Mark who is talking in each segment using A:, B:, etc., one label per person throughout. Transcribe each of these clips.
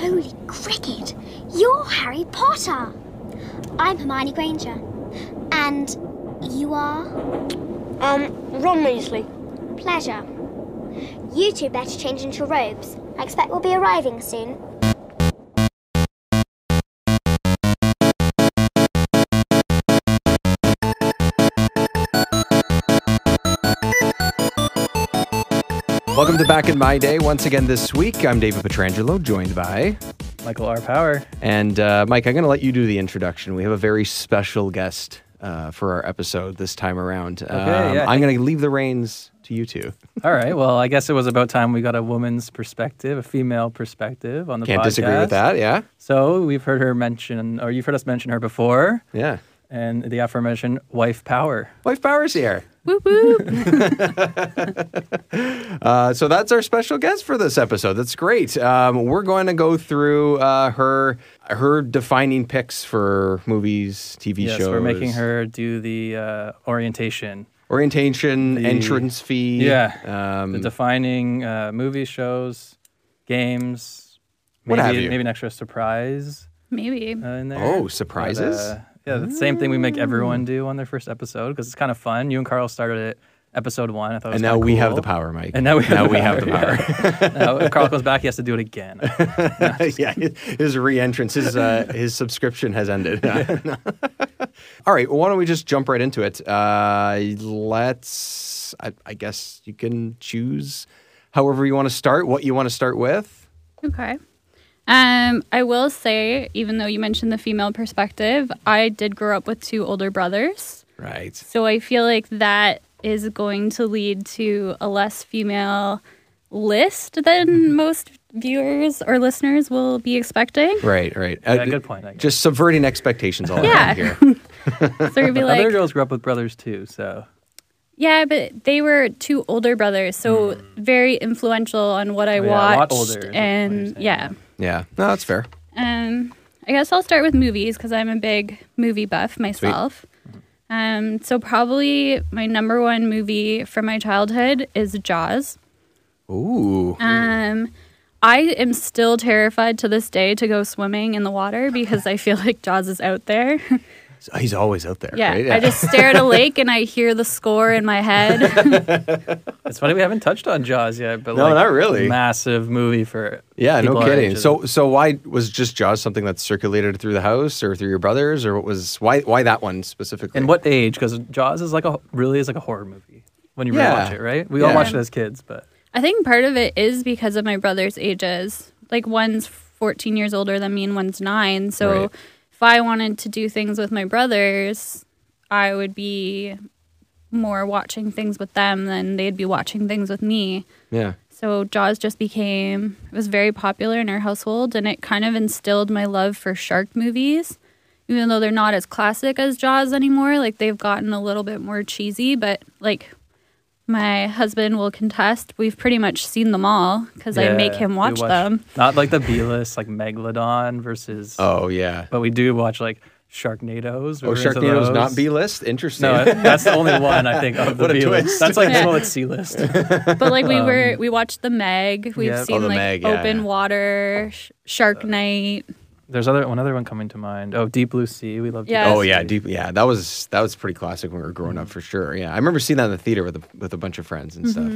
A: Holy cricket! You're Harry Potter! I'm Hermione Granger. And you are?
B: Um, Ron Weasley.
A: Pleasure. You two better change into robes. I expect we'll be arriving soon.
C: Welcome to Back in My Day once again this week. I'm David Petrangelo, joined by.
D: Michael R. Power.
C: And uh, Mike, I'm going to let you do the introduction. We have a very special guest uh, for our episode this time around. Um,
D: yeah,
C: I'm going to leave the reins to you two.
D: All right. Well, I guess it was about time we got a woman's perspective, a female perspective on the
C: Can't
D: podcast.
C: disagree with that. Yeah.
D: So we've heard her mention, or you've heard us mention her before,
C: Yeah.
D: and the aforementioned wife power.
C: Wife Power's here. Whoop whoop. uh, so that's our special guest for this episode. That's great. Um, we're going to go through uh, her her defining picks for movies, TV
D: yes,
C: shows.
D: we're making her do the uh, orientation,
C: orientation, entrance fee.
D: yeah,
C: Um,
D: the defining uh, movie shows, games.
C: What
D: maybe,
C: have you.
D: Maybe an extra surprise
E: Maybe.
D: uh, in there.
C: oh,
D: But,
C: surprises. Hmm.
D: uh, yeah, the same thing we make everyone do on their first episode because it's kind of fun. You and Carl started it episode one. I thought it
C: and
D: was
C: now
D: kinda
C: we have the
D: cool.
C: power, Mike.
D: And now we have,
C: now
D: the,
C: we
D: power.
C: have the power.
D: yeah. Now, if Carl comes back, he has to do it again.
C: yeah, his re-entrance, his uh, his subscription has ended. All right, well, why don't we just jump right into it? Uh, let's. I, I guess you can choose however you want to start, what you want to start with.
E: Okay. Um, I will say, even though you mentioned the female perspective, I did grow up with two older brothers.
C: Right.
E: So I feel like that is going to lead to a less female list
D: Mm-hmm.
E: than most viewers or listeners will be expecting.
C: Right. Right. Uh,
D: Yeah, good point. I guess.
C: Just subverting expectations all
E: Yeah.
C: around here.
E: So you'd be
D: Other
E: like,
D: girls grew up with brothers too, so
E: yeah, but they were two older brothers, so very influential on what I
D: Hmm. Oh, yeah, a lot
E: watched.
D: older is what you're
E: and
D: saying,
E: yeah.
C: Yeah. No, that's fair.
E: Um, I guess I'll start with movies because I'm a big movie buff myself. Um, so probably my number one movie from my childhood is Jaws.
C: Ooh.
E: Um, I am still terrified to this day to go swimming in the water because I feel like Jaws is out there.
C: He's always out there.
E: yeah,
C: Right?
E: I just stare at a lake and I hear the score in my head.
D: it's funny we haven't touched on Jaws yet. But
C: No,
D: like,
C: not really.
D: Massive movie for
C: Yeah,
D: people
C: no
D: our
C: kidding.
D: ages.
C: So, so why was just Jaws something that circulated through the house or through your brothers, or what was why why that one specifically?
D: and what age? Because Jaws is like a really is like a horror movie when you
C: Yeah.
D: really watch it, right? We
C: Yeah.
D: all watched it as kids, but
E: I think part of it is because of my brother's ages. Like one's 14 years older than me and one's 9. So
C: Right.
E: if I wanted to do things with my brothers, I would be more watching things with them than they'd be watching things with me.
C: Yeah.
E: So Jaws just became it was very popular in our household and it kind of instilled my love for shark movies. Even though they're not as classic as Jaws anymore, like they've gotten a little bit more cheesy, but like my husband will contest, we've pretty much seen them all cuz I make
D: Yeah,
E: him
D: we
E: watch them.
D: Not like the B list, like Megalodon versus.
C: Oh yeah.
D: But we do watch like Sharknadoes.
C: Oh,
D: We're into
C: Sharknado's not
D: those.
C: B list. Interesting.
D: No, that's the only one I think of the
C: What a
D: B
C: twist.
D: list. That's like
E: Yeah.
D: well, it's C list.
E: But like we were we watched The Meg, we've
D: Yep. Oh,
E: seen
C: The
E: like
C: Meg, yeah,
E: Open
C: yeah.
E: Water, sh- Shark Night.
D: There's other one other one coming to mind. Oh, Deep Blue Sea. We love. Deep
E: Yeah.
D: Blue
C: oh yeah,
D: Sea.
C: deep, yeah. That was that was pretty classic when we were growing up for sure. Yeah, I remember seeing that in the theater with a, with a bunch of friends and stuff.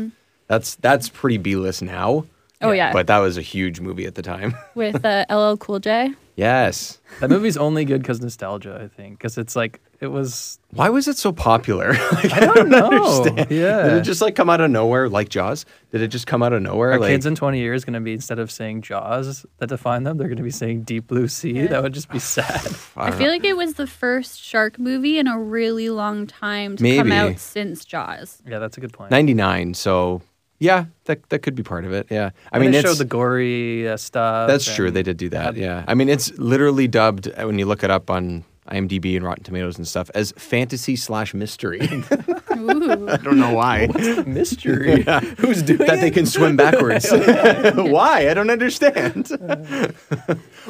C: That's that's pretty B list now.
E: Mm-hmm. Oh, yeah.
C: But that was a huge movie at the time.
E: with uh, LL Cool J.
C: yes.
D: That movie's only good because nostalgia, I think, because it's like it was.
C: Why was it so popular? like,
D: No,
C: did
D: yeah.
C: it just like come out of nowhere, like Jaws? Did it just come out of nowhere?
D: Our
C: like,
D: kids in 20 years going to be instead of saying Jaws that define them, they're going to be saying Deep Blue Sea. That would just be sad.
E: I, feel like it was the first shark movie in a really long time to
C: Maybe.
E: come out since Jaws.
D: yeah, that's a good point.
C: ninety nine. So yeah, that that could be part of it. Yeah, I
D: And
C: mean,
D: it
C: it's,
D: showed the gory uh, stuff.
C: That's true.
D: and-
C: They did do that. Yeah. I mean, it's literally dubbed uh, when you look it up on IMDb and Rotten Tomatoes and stuff as fantasy slash mystery. I
E: Ooh.
C: don't know why.
D: mystery. Who's doing
C: that
D: it?
C: they can swim backwards. why? I don't understand.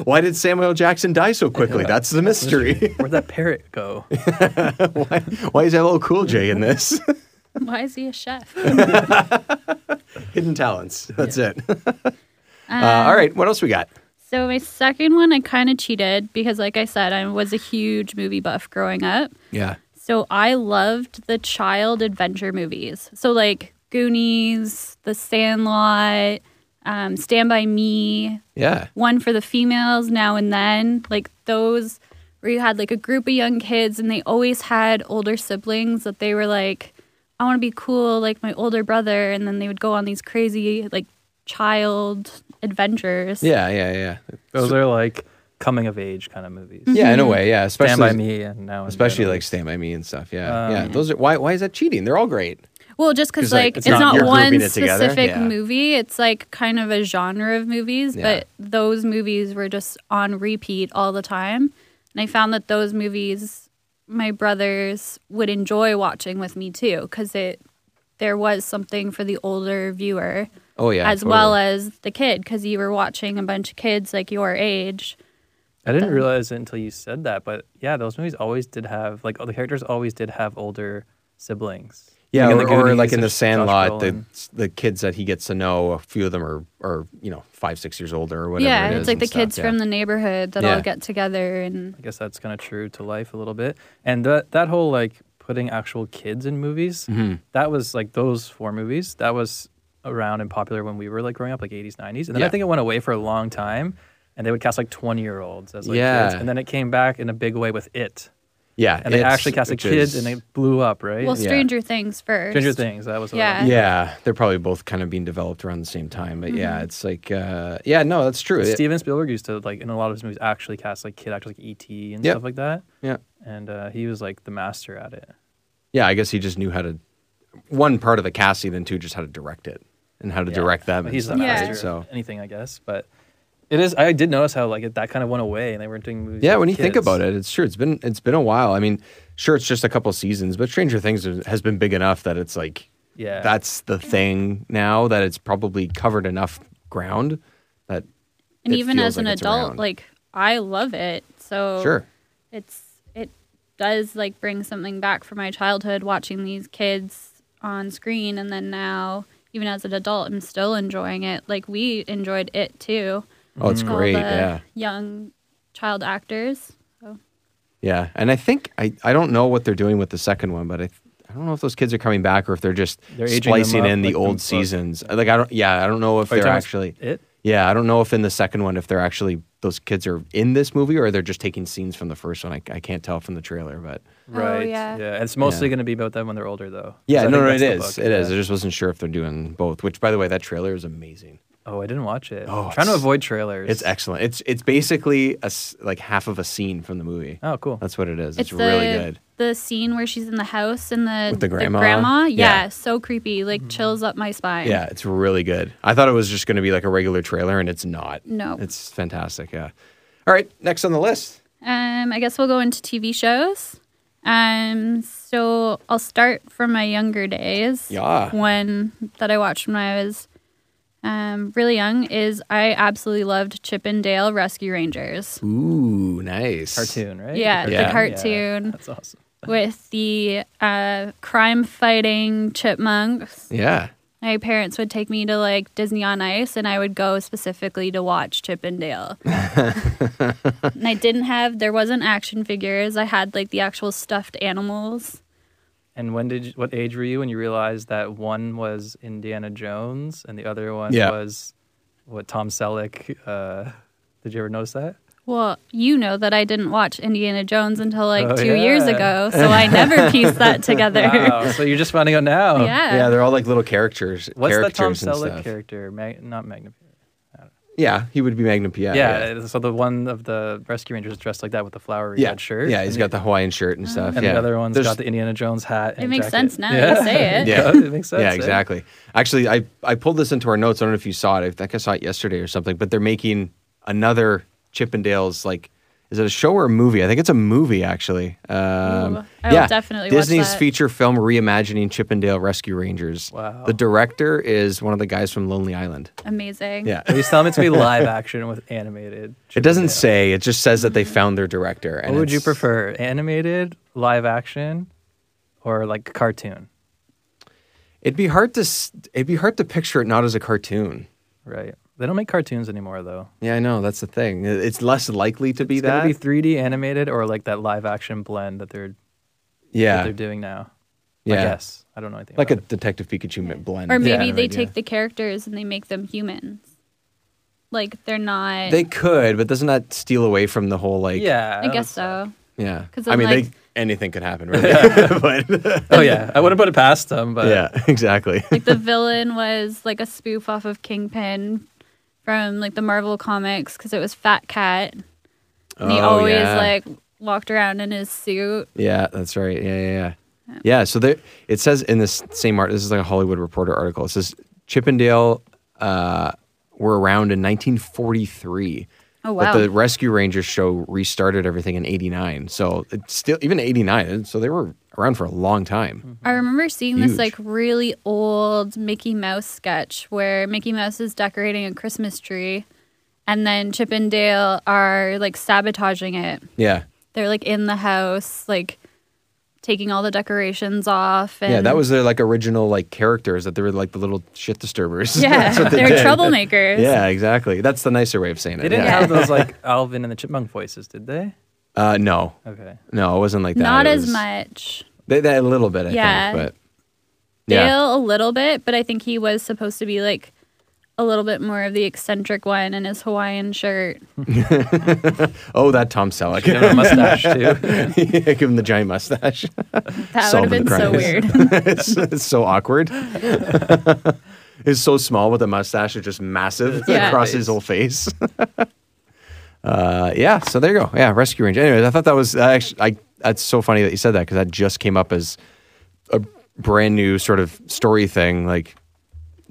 C: why did Samuel Jackson die so quickly? That's the mystery.
D: Where'd that parrot go?
C: why, why is LL Cool J in this?
E: Why is he a chef?
C: Hidden talents. That's it. uh, all Uh, right. What else we got?
E: So my second one, I kind of cheated because, like I said, I was a huge movie buff growing up.
C: Yeah.
E: So I loved the child adventure movies. So like Goonies, The Sandlot, um, Stand by Me,
C: Yeah.
E: one for the females now and then like those where you had like a group of young kids and they always had older siblings that they were like i want to be cool like my older brother and then they would go on these crazy like child adventures
C: Yeah. Yeah. Yeah.
D: Those are like coming of age kind of movies.
C: Yeah. In a way. Yeah. Especially
D: Mm-hmm. Stand by Me and now. and
C: Especially
D: then.
C: like Stand by Me and stuff. Yeah.
D: Um,
C: yeah. Those are why. Why is that cheating? They're all great.
E: well just
C: 'Cause,
E: because
C: like,
E: like,
C: it's
E: it's,
C: not-
E: not,
C: you're grouping
E: one
C: it together,
E: specific
C: yeah.
E: movie it's like kind of a genre of movies
C: Yeah.
E: but those movies were just on repeat all the time and i found that those movies my brothers would enjoy watching with me too because it there was something for the older viewer
C: Oh yeah.
E: as well
C: totally.
E: as the kid because you were watching a bunch of kids like your age
D: I didn't realize it until you said that, but yeah, those movies always did have like all the characters always did have older siblings.
C: Yeah,
D: like
C: or,
D: in
C: or
D: Goonies,
C: like in the
D: it's Josh
C: Sandlot, the
D: Brolin.
C: the kids that he gets to know, a few of them are are you know five six years older or whatever.
E: yeah
C: it is
E: it's like
C: and
E: the
C: stuff,
E: kids
C: yeah.
E: from the neighborhood that
C: Yeah.
E: all get together and
D: I guess that's kind of true to life a little bit, and that that whole like putting actual kids in movies,
C: Mm-hmm.
D: that was like those four movies that was around and popular when we were like growing up, like eighties, nineties, and then
C: Yeah.
D: I think it went away for a long time, and they would cast like twenty year olds as like
C: Yeah.
D: kids, and then it came back in a big way with it,
C: yeah,
D: and they
C: it's-
D: actually cast the
C: which
D: kids,
C: is-
D: and it blew up, right?
E: well
C: Yeah.
E: stranger things first
D: Stranger Things, that was what I-
E: Yeah.
C: yeah, they're probably both kind of being developed around the same time. But
E: Mm-hmm.
C: yeah, it's like uh, yeah, no, that's true. It-
D: Steven Spielberg used to like in a lot of his movies actually cast like kid actors like ET and
C: Yeah.
D: stuff like that,
C: yeah,
D: and uh, he was like the master at it.
C: yeah. I guess he just knew how to one part of the casting, then two just how to direct it and how to
D: Yeah.
C: direct them.
D: But
C: and
D: he's the
C: stuff,
E: Yeah.
C: right?
D: master of
C: So
D: anything, I guess. But it is. I did notice how like it, that kind of went away, and they weren't doing movies.
C: Yeah,
D: with
C: when you think
D: kids.
C: about it, it's true. It's been it's been a while. I mean, sure, it's just a couple seasons, but Stranger Things is- has been big enough that it's like,
D: Yeah.
C: that's the thing now that it's probably covered enough ground that
E: and
C: it
E: even
C: feels
E: as an
C: like it's
E: adult
C: around.
E: like i love it so
D: Oh.
C: sure,
E: it's it does like bring something back from my childhood watching these kids on screen and then now even as an adult i'm still enjoying it like we enjoyed it too
C: oh, it's
D: Mm-hmm.
E: all
C: great.
E: the
C: Yeah,
E: young child actors so
C: yeah, and I think I I don't know what they're doing with the second one, but I. I don't know if those kids are coming back or if they're just
D: They're aging them
C: splicing
D: up,
C: in the
D: like
C: old
D: the book.
C: seasons. Like I don't, yeah, I don't know if
D: Are you
C: they're
D: talking about
C: actually.
D: it.
C: Yeah, I don't know if in the second one if they're actually those kids are in this movie or they're just taking scenes from the first one. I, I can't tell from the trailer, but
D: Right.
E: Oh, yeah.
D: It's mostly
C: Yeah.
D: going to be about them when they're older, though. 'Cause
C: yeah,
D: I
C: no,
D: think
C: no, it
D: that's the
C: is,
D: book,
C: it is.
D: yeah.
C: I just wasn't sure if they're doing both. Which, by the way, that trailer is amazing.
D: Oh, I didn't watch it.
C: Oh,
D: I'm trying to
C: it's-
D: avoid trailers.
C: It's excellent. It's it's basically a s- like half of a scene from the movie.
D: Oh, cool.
C: That's what it is. It's,
E: the,
C: really good.
E: the scene where she's in the house and the,
C: With the grandma?
E: grandma?
C: Yeah.
E: Yeah, so creepy like chills up my spine
C: Yeah, it's really good. I thought it was just going to be like a regular trailer, and it's not.
E: No.
C: it's fantastic. Yeah. All right, next on the list.
E: Um, I guess we'll go into TV shows. Um, so I'll start from my younger days.
C: Yeah.
E: One that I watched when I was um, really young is I absolutely loved Chip and Dale Rescue Rangers
C: Ooh, nice
D: cartoon, right?
E: Yeah,
C: the
E: cartoon.
D: that's awesome.
E: with the uh, crime fighting chipmunks.
C: Yeah.
E: My parents would take me to like Disney on Ice, and I would go specifically to watch Chip and Dale. and I didn't have, there wasn't action figures. I had like the actual stuffed animals.
D: And when did you, what age were you when you realized that one was Indiana Jones and the other one
C: Yeah.
D: was what Tom Selleck? Uh, did you ever notice that?
E: Well, you know that I didn't watch Indiana Jones until like
D: Oh,
E: two years
D: yeah.
E: ago, so I never pieced that together.
D: Wow! Oh, so you're just finding out now.
E: Yeah.
C: Yeah, they're all like little characters.
D: What's that Tom
C: characters and
D: Selleck
C: stuff.
D: character? Mag- not Magnum.
C: Yeah, he would be Magnum PI.
D: Yeah, So the one of the Rescue Rangers dressed like that with the flowery
C: yeah,
D: red shirt.
C: Yeah, he's
D: and
C: got the Hawaiian shirt and stuff.
D: The, and
C: yeah.
D: the other one's
C: There's-
D: got the Indiana Jones hat. And
E: It makes
D: jacket.
E: sense now
D: Yeah.
E: that you say it.
C: Yeah.
D: it makes sense.
C: yeah,
D: eh?
C: exactly. Actually, I, I pulled this into our notes. I don't know if you saw it. I think I saw it yesterday or something. But they're making another Chippendales. Like, is it a show or a movie? I think it's a movie actually. Um,
E: Ooh, Mm. I will
C: yeah,
E: definitely watch
C: Disney's
E: that.
C: feature film reimagining Chippendale Rescue Rangers.
D: Wow.
C: The director is one of the guys from Lonely Island.
E: Amazing.
C: Yeah.
D: But he's telling me it's gonna be live action with animated.
C: It doesn't say. It just says that they found their director. And
D: What would you
C: it's-
D: prefer, animated, live action, or like cartoon?
C: It'd be hard to s- it'd be hard to picture it not as a cartoon.
D: Right. They don't make cartoons anymore though.
C: Yeah, I know. That's the thing. It- It's less likely to be
D: It's
C: that.
D: gonna be 3D animated or like that live action blend that they're that
C: yeah,
D: they're doing now.
C: yeah.
D: I guess. I don't know anything.
C: Like a
D: about it.
C: Detective Pikachu mi- blend.
E: Or maybe
C: Yeah.
E: they
C: Yeah.
E: take the characters and they make them humans. Like they're not.
C: They could, but doesn't that steal away from the whole like?
D: yeah.
E: I
D: that
E: guess
D: would suck.
E: so.
C: Yeah.
E: 'Cause
C: I
E: I'm
C: mean,
E: like-
C: they, anything could happen, really. but
D: Oh yeah, I wouldn't put it past them, but
C: yeah, exactly.
E: Like the villain was like a spoof off of Kingpin from like the Marvel comics because it was Fat Cat. And he
C: Oh,
E: always
C: yeah.
E: like walked around in his suit.
C: Yeah, that's right. Yeah, yeah, yeah. Yeah. So there, it says in this same art. This is like a Hollywood Reporter article. It says Chippendale uh, were around in 1943. But
E: Oh, wow.
C: the Rescue Rangers show restarted everything in '89. So it's still even '89. So they were around for a long
D: Mm-hmm.
C: time.
E: I remember seeing
C: Huge.
E: this like really old Mickey Mouse sketch where Mickey Mouse is decorating a Christmas tree and then Chip and Dale are like sabotaging it.
C: Yeah.
E: They're like in the house, like taking all the decorations off. And
C: Yeah, that was their like original like characters that they were like the little shit disturbers.
E: Yeah,
C: That's what
E: they are
C: did.
E: troublemakers.
C: Yeah, exactly. That's the nicer way of saying it.
D: they didn't
C: yeah.
D: have those like Alvin and the Chipmunk voices, did they?
C: Uh, no,
D: Okay.
C: no, it wasn't like that.
E: Not
C: It
E: as
C: was-
E: much.
C: They, they, a little bit, I
E: Yeah.
C: think. But
E: Dale
C: yeah,
E: a little bit, but I think he was supposed to be like a little bit more of the eccentric one in his Hawaiian shirt.
C: oh, that Tom Selleck.
D: They have a mustache too.
C: Give him the giant mustache.
E: That would
C: Solving
E: have been so
C: crimes.
E: weird.
C: it's, it's so awkward. it's so small with a mustache. It's just massive
E: Yeah.
C: across his whole face. uh, yeah. So there you go. Yeah, Rescue Ranger. Anyways, I thought that was I actually. I, that's so funny that you said that because that just came up as a brand new sort of story thing, like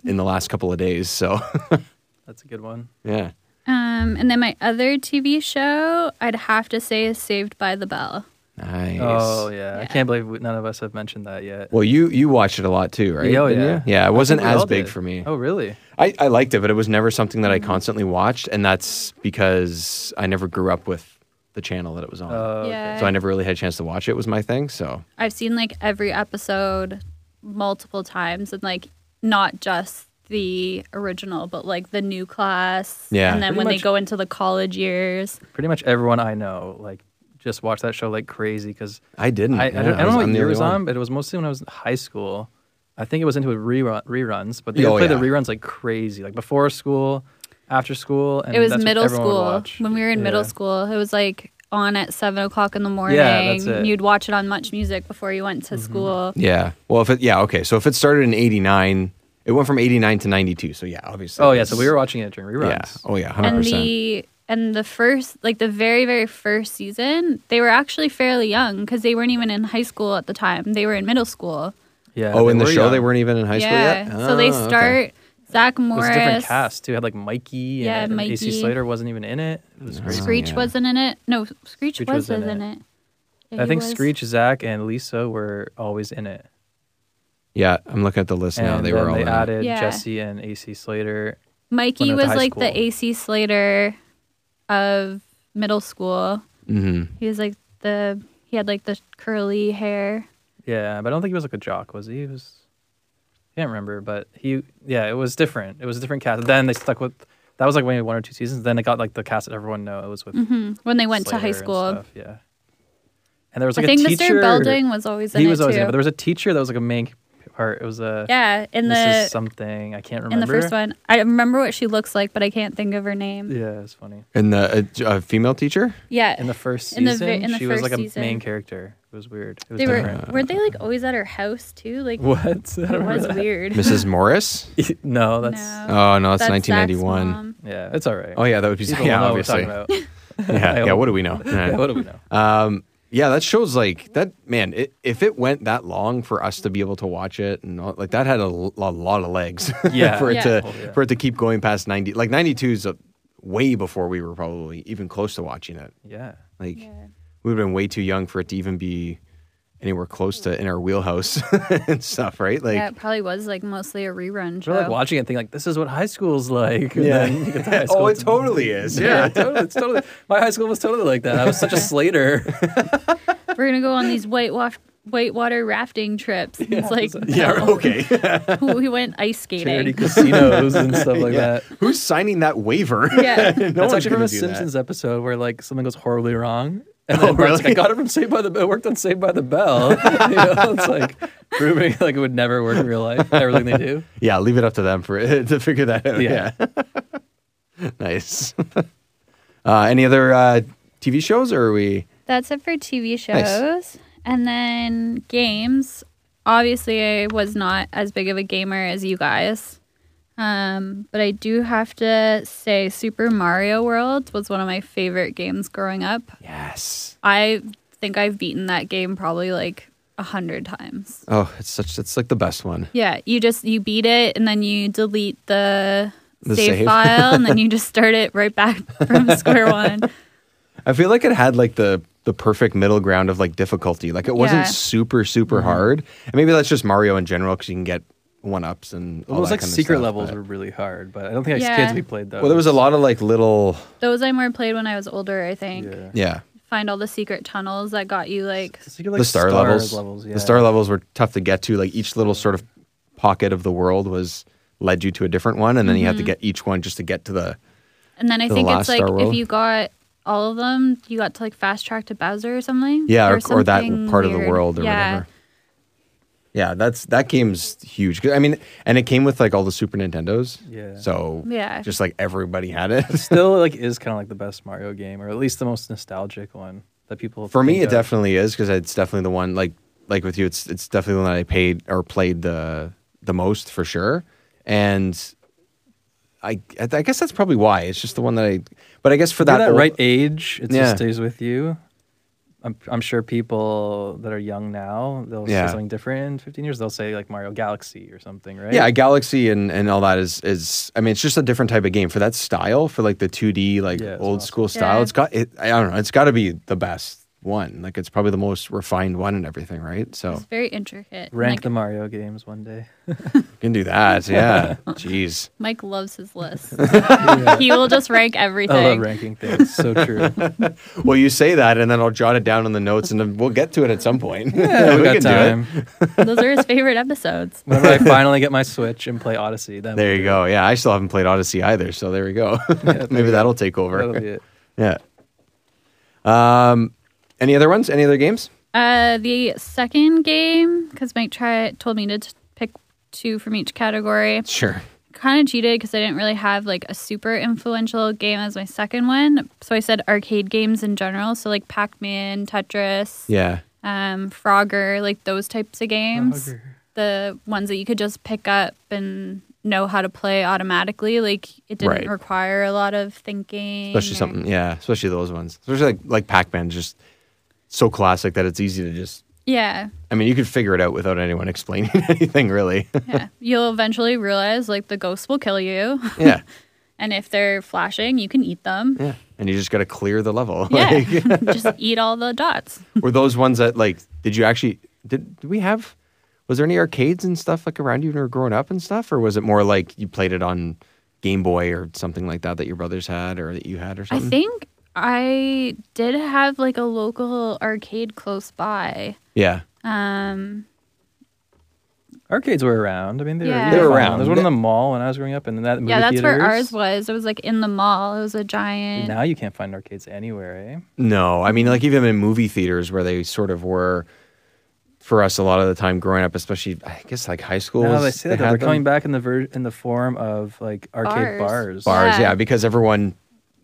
C: in the last couple of days. So
D: That's a good one.
C: yeah.
E: Um, and then my other TV show, I'd have to say, is Saved by the Bell.
C: Nice.
D: Oh yeah. I can't believe we, none of us have mentioned that yet.
C: Well, you you watched it a lot too, right?
D: Oh,
C: Didn't
D: yeah.
C: you? Yeah, it
D: I think
C: wasn't
D: we
C: as
D: all
C: big
D: did.
C: for me.
D: Oh Mm-hmm. really?
C: I, I liked it, but it was never something that I constantly watched, and that's because I never grew up with the channel that it was on.
D: Oh, okay.
E: Yeah.
C: so I never really had a chance to watch it. Was my thing. So
E: I've seen like every episode multiple times, and like not just the original, but like the new class.
C: Yeah.
E: And then
D: Pretty
E: when
D: much-
E: they go into the college years,
D: Pretty much everyone I know like just watched that show like crazy because
C: I didn't.
D: I, I,
C: Hmm, yeah,
D: don't, I
C: was-
D: don't know
C: I'm
D: what
C: the
D: year it
C: only
D: was
C: one.
D: on, but it was mostly when I was in high school. I think it was into rerun, reruns, but they
C: Oh,
D: would play
C: yeah.
D: the reruns like crazy, like before school, after school, and
E: it was
D: that's what
E: middle
D: everyone would
E: school.
D: watch.
E: When we were in middle
D: Yeah.
E: school, it was like on at seven o'clock in the morning.
D: that's it. Mm-hmm.
E: You'd watch it on Much Music before you went to school.
C: Yeah. Well, if it yeah okay, so if it started in '89, it went from '89 to '92. So yeah, obviously.
D: Oh
C: it
D: yeah,
C: was-
D: so we were watching it during reruns.
C: Yeah. Oh yeah, hundred
E: And
C: percent.
E: the and the first like the very very first season, they were actually fairly young because they weren't even in high school at the time. They were in middle school.
D: Yeah.
C: Oh, in the
D: were
C: show
D: young.
C: they weren't even in high school
E: yeah.
C: yet.
E: so they
C: Oh, okay.
E: start Zach
D: It
E: Morris.
D: was a different cast too. It had like Mikey.
E: Yeah,
D: and, And AC
E: Mikey.
D: Slater wasn't even in it. It was crazy.
E: Screech
C: yeah.
E: wasn't in it. No, Screech,
D: Screech
E: was,
D: was in
E: in
D: it.
E: it. Yeah,
D: I
E: he
D: think
E: was.
D: Screech, Zach, and Lisa were always in it.
C: Yeah, I'm looking at the list
D: And
C: now. They
D: then
C: were all
D: they
C: in it.
D: added
E: Yeah.
D: Jesse and AC Slater. when
E: Mikey
D: I went to
E: was
D: high
E: like the
D: school.
E: AC Slater of middle school.
C: Mhm.
E: He was like the he had like the curly hair.
D: Yeah, but I don't think he was like a jock, was he? He was. I can't remember, but he. Yeah, it was different. It was a different cast. Then they stuck with. That was like maybe one or two seasons. Then it got like the cast that everyone know. It was with.
E: When Mm-hmm. they went to
D: Slater
E: high
D: and
E: school,
D: stuff, Yeah. And there was
E: I
D: like
E: think
D: a teacher.
E: Mr. Belding was always in
D: he
E: it
D: was always
E: too.
D: in it, but there was a teacher that was like a main part. It was a.
E: yeah, in
D: Mrs.
E: the
D: something. I can't remember.
E: in the first one, I remember what she looks like, but I can't think of her name.
D: Yeah, it's funny.
C: And the uh, a, a female teacher.
E: Yeah,
D: In the first season,
E: In the ve- in the
D: she was
E: first
D: like a
E: season.
D: main character. It was weird. It was
E: they were
D: different.
E: weren't they like always at her house too? Like
D: what? I
E: it
D: don't
E: was
D: remember
E: weird.
C: Mrs. Morris.
D: that. no, that's
C: Oh no, that's,
E: Zach's
C: 1991.
E: mom.
D: yeah, it's all right.
C: Oh yeah, that would be
D: People
C: yeah,
D: know what we're
C: obviously.
D: talking about.
C: Yeah,
D: I
C: yeah.
D: hope.
C: What do we know? Yeah.
D: Yeah, what do we know?
C: Um, yeah, that shows like that man. It, if it went that long for us to be able to watch it and all, like that had a, l- a lot of legs.
D: Yeah.
C: for it
E: Yeah.
C: to
D: Oh, yeah.
C: for it to keep going past ninety. Like ninety two is a, way before we were probably even close to watching it.
D: Yeah.
C: Like we would have been way too young for it to even be anywhere close to in our wheelhouse and stuff. Right? Like
E: yeah, it probably was like mostly a rerun show.
D: We're like watching it, and thinking like, "This is what high school's like." And
C: Yeah.
D: then you get to high
C: oh,
D: school,
C: it
D: it's-
C: totally is.
D: yeah,
C: Yeah.
D: totally, it's totally. My high school was totally like that. I was such a Slater.
E: We're gonna go on these whitewash whitewater rafting trips. And It's like
C: Yeah, okay.
E: who- we went ice
D: charity
E: skating.
D: casinos and stuff like that.
C: Who's signing that waiver?
E: Yeah.
C: No
D: That's
C: one's
D: actually from
C: gonna
D: a
C: do that. Oh,
D: Simpsons episode where like something goes horribly wrong. And then Bart's like,
C: really?
D: I got it from Saved by the Bell. It worked on Saved by the Bell. you know, it's like proving like it would never work in real life. Everything they do.
C: Yeah, leave it up to them for to figure that out. Yeah.
D: Yeah.
C: nice. uh, any other uh, TV shows, or are we?
E: That's it for TV shows. And then games. Obviously, I was not as big of a gamer as you guys. Um, but I do have to say, Super Mario World was one of my favorite games growing up.
C: Yes.
E: I think I've beaten that game probably like a hundred times.
C: Oh, it's such. It's like the best one.
E: Yeah, you just you beat it and then you delete the,
C: The
E: save,
C: save.
E: file and then you just start it right back from square one.
C: I feel like it had like the the perfect middle ground of like difficulty. Like it wasn't
E: Yeah.
C: super super
D: Mm-hmm.
C: hard. And maybe that's just Mario in general because you can get one ups and all
D: Well, those
C: that
D: like
C: kind of
D: secret
C: stuff,
D: levels
C: but-
D: were really hard, but I don't think as
E: Yeah.
D: kids we played those.
C: Well, there was a lot of like little.
E: Those I more played when I was older, I think.
D: Yeah.
C: Yeah.
E: Find all the secret tunnels that got you like
D: So you could, like,
C: the star
D: stars
C: levels,
D: yeah.
C: the star levels were tough to get to like each little sort of pocket of the world was led you to a different one and then you had
E: Mm-hmm.
C: to get each one just to get to the
E: and then I
C: The
E: think
C: last
E: it's like
C: Star World.
E: if you got all of them, you got to like fast track to Bowser or something.
C: yeah or, or that
E: something
C: part of the
E: weird.
C: world or
E: yeah.
C: whatever yeah that's that game's huge 'Cause, i mean and it came with like all the super nintendos
D: Yeah.
C: so
E: Yeah.
C: just like everybody had it
D: Still like is kind of like the best Mario game, or at least the most nostalgic one that people.
C: for me
D: think
C: it
D: of.
C: definitely is because it's definitely the one like like with you it's it's definitely the one that i paid or played the the most for sure and I, I guess that's probably why it's just the one that I, but I guess for
D: You're
C: that,
D: that
C: old-
D: right age, it
C: Yeah.
D: just stays with you. I'm, I'm sure people that are young now, they'll
C: Yeah.
D: say something different in 15 years. They'll say like Mario Galaxy or something, right?
C: Yeah, Galaxy and, and all that is is I mean it's just a different type of game for that style for like the 2D like
D: Yeah, it's
C: old
D: awesome.
C: school style.
E: Yeah.
C: It's got it, I don't know, it's got to be the best one. Like it's probably the most refined one and everything, right? So
E: It's very intricate. and,
D: Rank
E: like,
D: the Mario games one day.
C: you can do that. Yeah. Jeez.
E: Mike loves his list. He will just rank everything.
D: I love ranking things. So true. yeah,
C: Well, you say that and then I'll jot it down in the notes and then we'll get to it at some point. Yeah,
D: we got time.
E: Those are his favorite episodes.
D: Whenever I finally get my Switch and play Odyssey, then
C: There you go. Yeah, I still haven't played Odyssey either, so there we go. Maybe that'll take over.
D: That'll be it.
C: Yeah. Um any other ones? Any other games?
E: Uh, the second game, because Mike tried told me to t- pick two from each category.
C: Sure.
E: Kind of cheated because I didn't really have like a super influential game as my second one. So I said arcade games in general, so like Pac Man, Tetris,
C: Yeah.
E: um, Frogger, like those types of games.
D: Frogger.
E: The ones that you could just pick up and know how to play automatically. Like it didn't
C: Right.
E: require a lot of thinking.
C: especially
E: or-
C: something yeah especially those ones especially like like pac-man just so classic that it's easy to just
E: Yeah.
C: i mean you could figure it out without anyone explaining anything really
E: Yeah. You'll eventually realize like the ghosts will kill you.
C: yeah
E: And if they're flashing, you can eat them.
C: yeah and you just got to clear the level
E: Yeah.
C: Like,
E: Just eat all the dots.
C: were those ones that like did you actually did, did we have was there any arcades and stuff like around you when you were growing up and stuff or was it more like you played it on game boy or something like that that your brothers had or that you had or
E: I
C: something
E: think I did have like a local arcade close by.
C: yeah
E: Um,
D: Arcades were around. I mean, they
E: Yeah.
D: were,
E: They
C: were
D: around. There's one in
C: around.
D: the mall when I was growing up, and then that movie
E: yeah, that's where
D: theaters.
E: ours was. It was like in the mall. It was a giant.
D: Now you can't find arcades anywhere, eh?
C: No, I mean, like even in movie theaters where they sort of were, for us a lot of the time growing up, especially I guess like high school.
D: No,
C: was-
D: they say that
C: had
D: they're
C: them.
D: coming back in the ver- in the form of like arcade bars.
E: Bars.
C: bars, yeah.
E: Yeah.
C: because everyone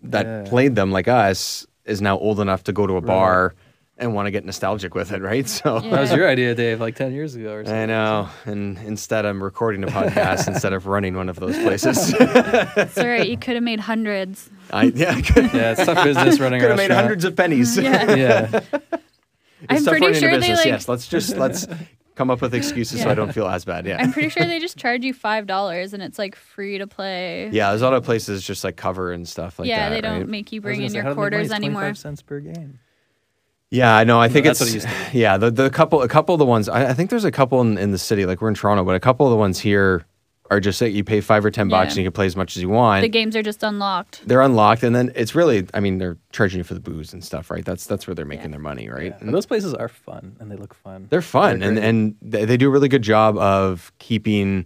C: that
D: Yeah.
C: played them like us is now old enough to go to a bar and want to get nostalgic with it, right? So
E: Yeah.
D: That was your idea, Dave, like ten years ago or something.
C: I know. And instead, I'm recording a podcast instead of running one of those places.
E: That's all right. You could have made hundreds.
C: I yeah, I could,
D: Yeah, it's tough business running
C: could
D: around.
C: have made hundreds of pennies.
E: Yeah.
D: Yeah,
C: It's
E: I'm
C: tough
E: pretty
C: running a
E: sure they,
C: business.
E: like-
C: Yes, let's just let's come up with excuses so I
E: Yeah.
C: don't feel as bad. Yeah.
E: I'm pretty sure they just charge you $5 and it's like free to play.
C: Yeah, there's a lot of places just like cover and stuff like
E: yeah,
C: that.
E: they don't
C: right?
E: make
D: I
E: you
D: was
E: bring
D: gonna
E: in
D: say,
E: your
D: how do they make money?
E: quarters
D: It's
E: anymore.
D: 25 cents per game.
C: Yeah, I know. I think
D: that's
C: it's
D: what it used
C: yeah. The, the couple, a couple of the ones. I, I think there's a couple in, in the city. Like we're in Toronto, but a couple of the ones here are just that you pay five or ten bucks
E: Yeah.
C: and you can play as much as you want.
E: The games are just unlocked.
C: they're unlocked, and then it's really, I mean, they're charging you for the booze and stuff, right? That's that's where they're making their money, right?
D: And those places are fun and they look fun.
C: They're fun, and
D: great.
C: and they they do a really good job of keeping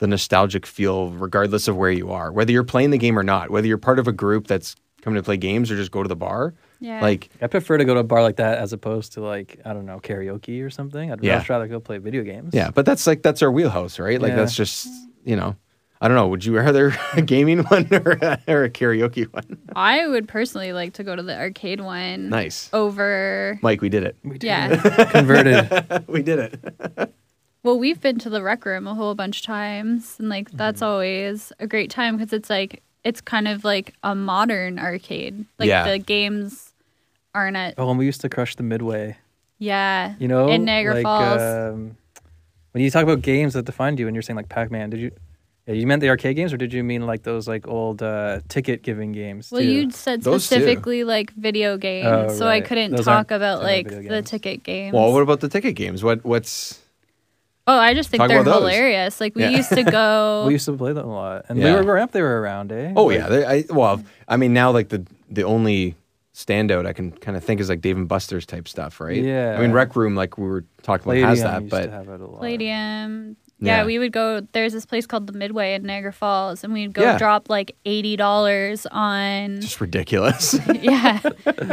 C: the nostalgic feel, regardless of where you are, whether you're playing the game or not, whether you're part of a group that's coming to play games or just go to the bar.
E: Yeah.
C: Like
D: I prefer to go to a bar like that as opposed to like I don't know karaoke or something. I'd
C: Yeah.
D: much rather go play video games.
C: yeah, but that's like that's our wheelhouse, right? Like
D: Yeah.
C: that's just you know, I don't know. Would you rather a gaming one or a, or a karaoke one?
E: I would personally like to go to the arcade one.
C: Nice.
E: Over.
C: Mike, we did it.
E: Yeah.
D: converted.
C: we did it.
E: well, we've been to the rec room a whole bunch of times, and
D: Mm-hmm.
E: like that's always a great time because it's like it's kind of like a modern arcade. Like
C: Yeah.
E: the games aren't at
D: oh, and we used to crush the midway.
E: yeah.
D: You know,
E: in Niagara
D: like,
E: Falls.
D: Um, when you talk about games that defined you, and you're saying like Pac-Man, did you? Yeah, you meant the arcade games, or did you mean like those like old uh, ticket-giving games?
E: Well,
D: too?
E: you said
C: Those too.
E: specifically like video games,
D: Oh,
E: so I
D: right.
E: couldn't
D: Those aren't
E: talk about like
D: technically video
E: the
D: games.
E: ticket games.
C: Well, what about the ticket games? What what's
E: oh, I just think
C: talk
E: they're
C: about those.
E: hilarious. Like we
C: Yeah.
E: used to go.
D: we used to play them a lot, and
C: Yeah.
D: they were around. They were around, eh?
C: Oh
D: Like,
C: yeah, they, I, well, I mean now like the the only standout I can kind of think is like Dave and Buster's type stuff, right? I mean
D: Yeah.
C: Rec Room, like we were talking about,
D: Palladium
C: has that,
D: used
C: but
D: to have it a lot.
E: Palladium. Yeah,
C: Yeah.
E: we would go. There's this place called the Midway in Niagara Falls, and we'd go
C: Yeah.
E: drop like eighty dollars on.
C: just ridiculous.
E: yeah,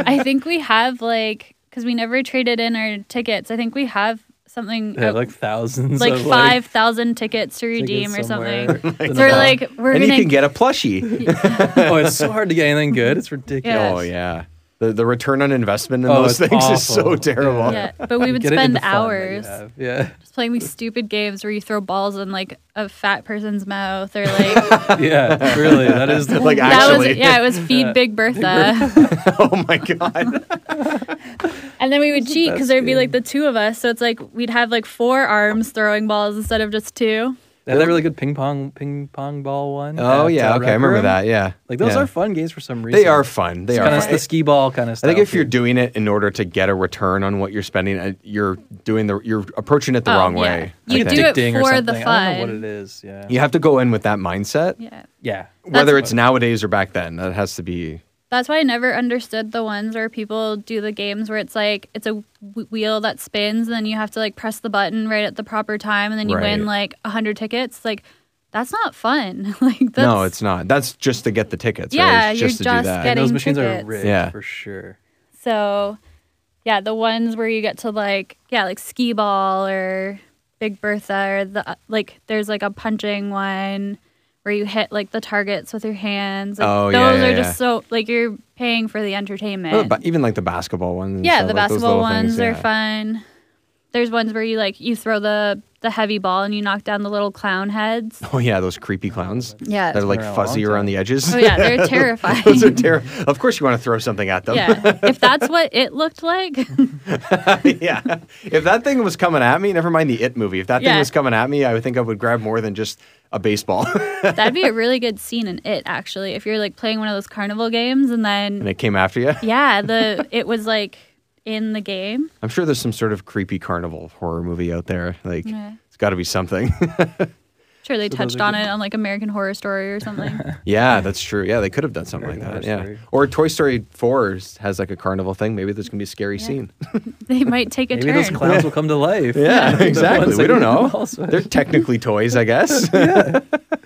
E: I think we have like because we never traded in our tickets. I think we have something
D: They had,
E: uh,
D: like thousands,
E: like
D: of,
E: five thousand tickets to
D: tickets
E: redeem or
D: somewhere
E: something.
D: in
E: So
D: a
E: we're
D: box.
E: like, we're
C: and
E: gonna.
C: you can get a plushie.
D: oh, it's so hard to get anything good. It's ridiculous.
E: Yes.
C: Oh yeah, the the return on investment in
D: Oh,
C: those
D: it's
C: things is so
D: awful.
C: terrible.
E: yeah, but we would
D: Get it in
E: spend
D: the fun that you
E: hours.
D: have. Yeah,
E: just playing these stupid games where you throw balls in like a fat person's mouth or like
D: yeah, really. That is the
C: Like
E: that
C: actually,
E: was yeah it was feed Big Bertha,
C: oh my god,
E: and then we would cheat because
D: best
E: there'd be
D: game.
E: like the two of us, so it's like we'd have like four arms throwing balls instead of just two.
D: They had that really good ping pong ping pong ball one.
C: oh
D: at,
C: yeah,
D: uh,
C: okay,
D: Rec
C: I remember
D: Room.
C: that. Yeah,
D: Like those
C: Yeah.
D: are fun games for some reason.
C: They are fun. They
D: It's
C: are.
D: kind
C: Fun.
D: of the skee ball kind of
C: I
D: stuff.
C: think if you're doing it in order to get a return on what you're spending, uh, you're doing the you're approaching it the
E: Oh,
C: wrong
E: yeah.
C: way. I
E: You
C: think.
E: do it for the
D: I don't know
E: fun.
D: what it is. Yeah.
C: You have to go in with that mindset.
E: Yeah,
D: Yeah.
C: whether
E: That's-
C: it's nowadays or back then that has to be
E: that's why I never understood the ones where people do the games where it's like it's a w- wheel that spins and then you have to like press the button right at the proper time and then you win
C: Right.
E: like hundred tickets. Like that's not fun. like that's,
C: no it's not that's just to get the tickets
E: Yeah,
C: right? it's
E: you're
C: just to
E: just
C: do that
E: getting-
D: those machines
E: tickets.
D: are rigged
C: Yeah.
D: for sure.
E: So, yeah, the ones where you get to like, yeah, like skee ball or Big Bertha or the uh, like. There's like a punching one where you hit like the targets with your hands. Like,
C: Oh,
E: those
C: yeah, yeah,
E: are
C: yeah.
E: just so like you're paying for the
C: Oh,
E: entertainment.
C: but even like the basketball ones and
E: yeah,
C: stuff,
E: the
C: like those
E: basketball
C: little
E: ones
C: things,
E: are
C: yeah.
E: fun. There's ones where you like you throw the the heavy ball and you knock down the little clown heads.
C: oh yeah those creepy clowns
E: Yeah.
C: they're like
D: Been around a
C: fuzzy
D: long
C: around
D: time.
C: the edges
E: Oh yeah, they're terrifying.
C: those are terrible of course you want to throw something at them
E: yeah, if that's what it looked like.
C: Yeah. if that thing was coming at me never mind the it movie if that thing
E: Yeah.
C: was coming at me i would think i would grab more than just a baseball
E: That'd be a really good scene in it, actually. If you're like playing one of those carnival games and then
C: and it came after you
E: yeah, the it was like in the game.
C: i'm sure there's some sort of creepy carnival horror movie out there like
E: Yeah.
C: it's got to be something
E: Sure, they
D: So those
E: touched
D: are
E: on
D: good.
E: it on like American Horror Story or something.
C: Yeah, that's true. Yeah, they could have done something like
D: American
C: that.
D: Horror
C: Yeah.
D: Story.
C: Or Toy Story 4 is- has like a carnival thing. Maybe there's going to be a scary
E: Yeah.
C: scene.
E: they might take a
D: Maybe
E: turn.
D: those clowns will come to life.
C: Yeah,
D: The
C: exactly.
D: ones
C: We
D: that
C: don't
D: you
C: know.
D: also-
C: They're technically toys, I guess.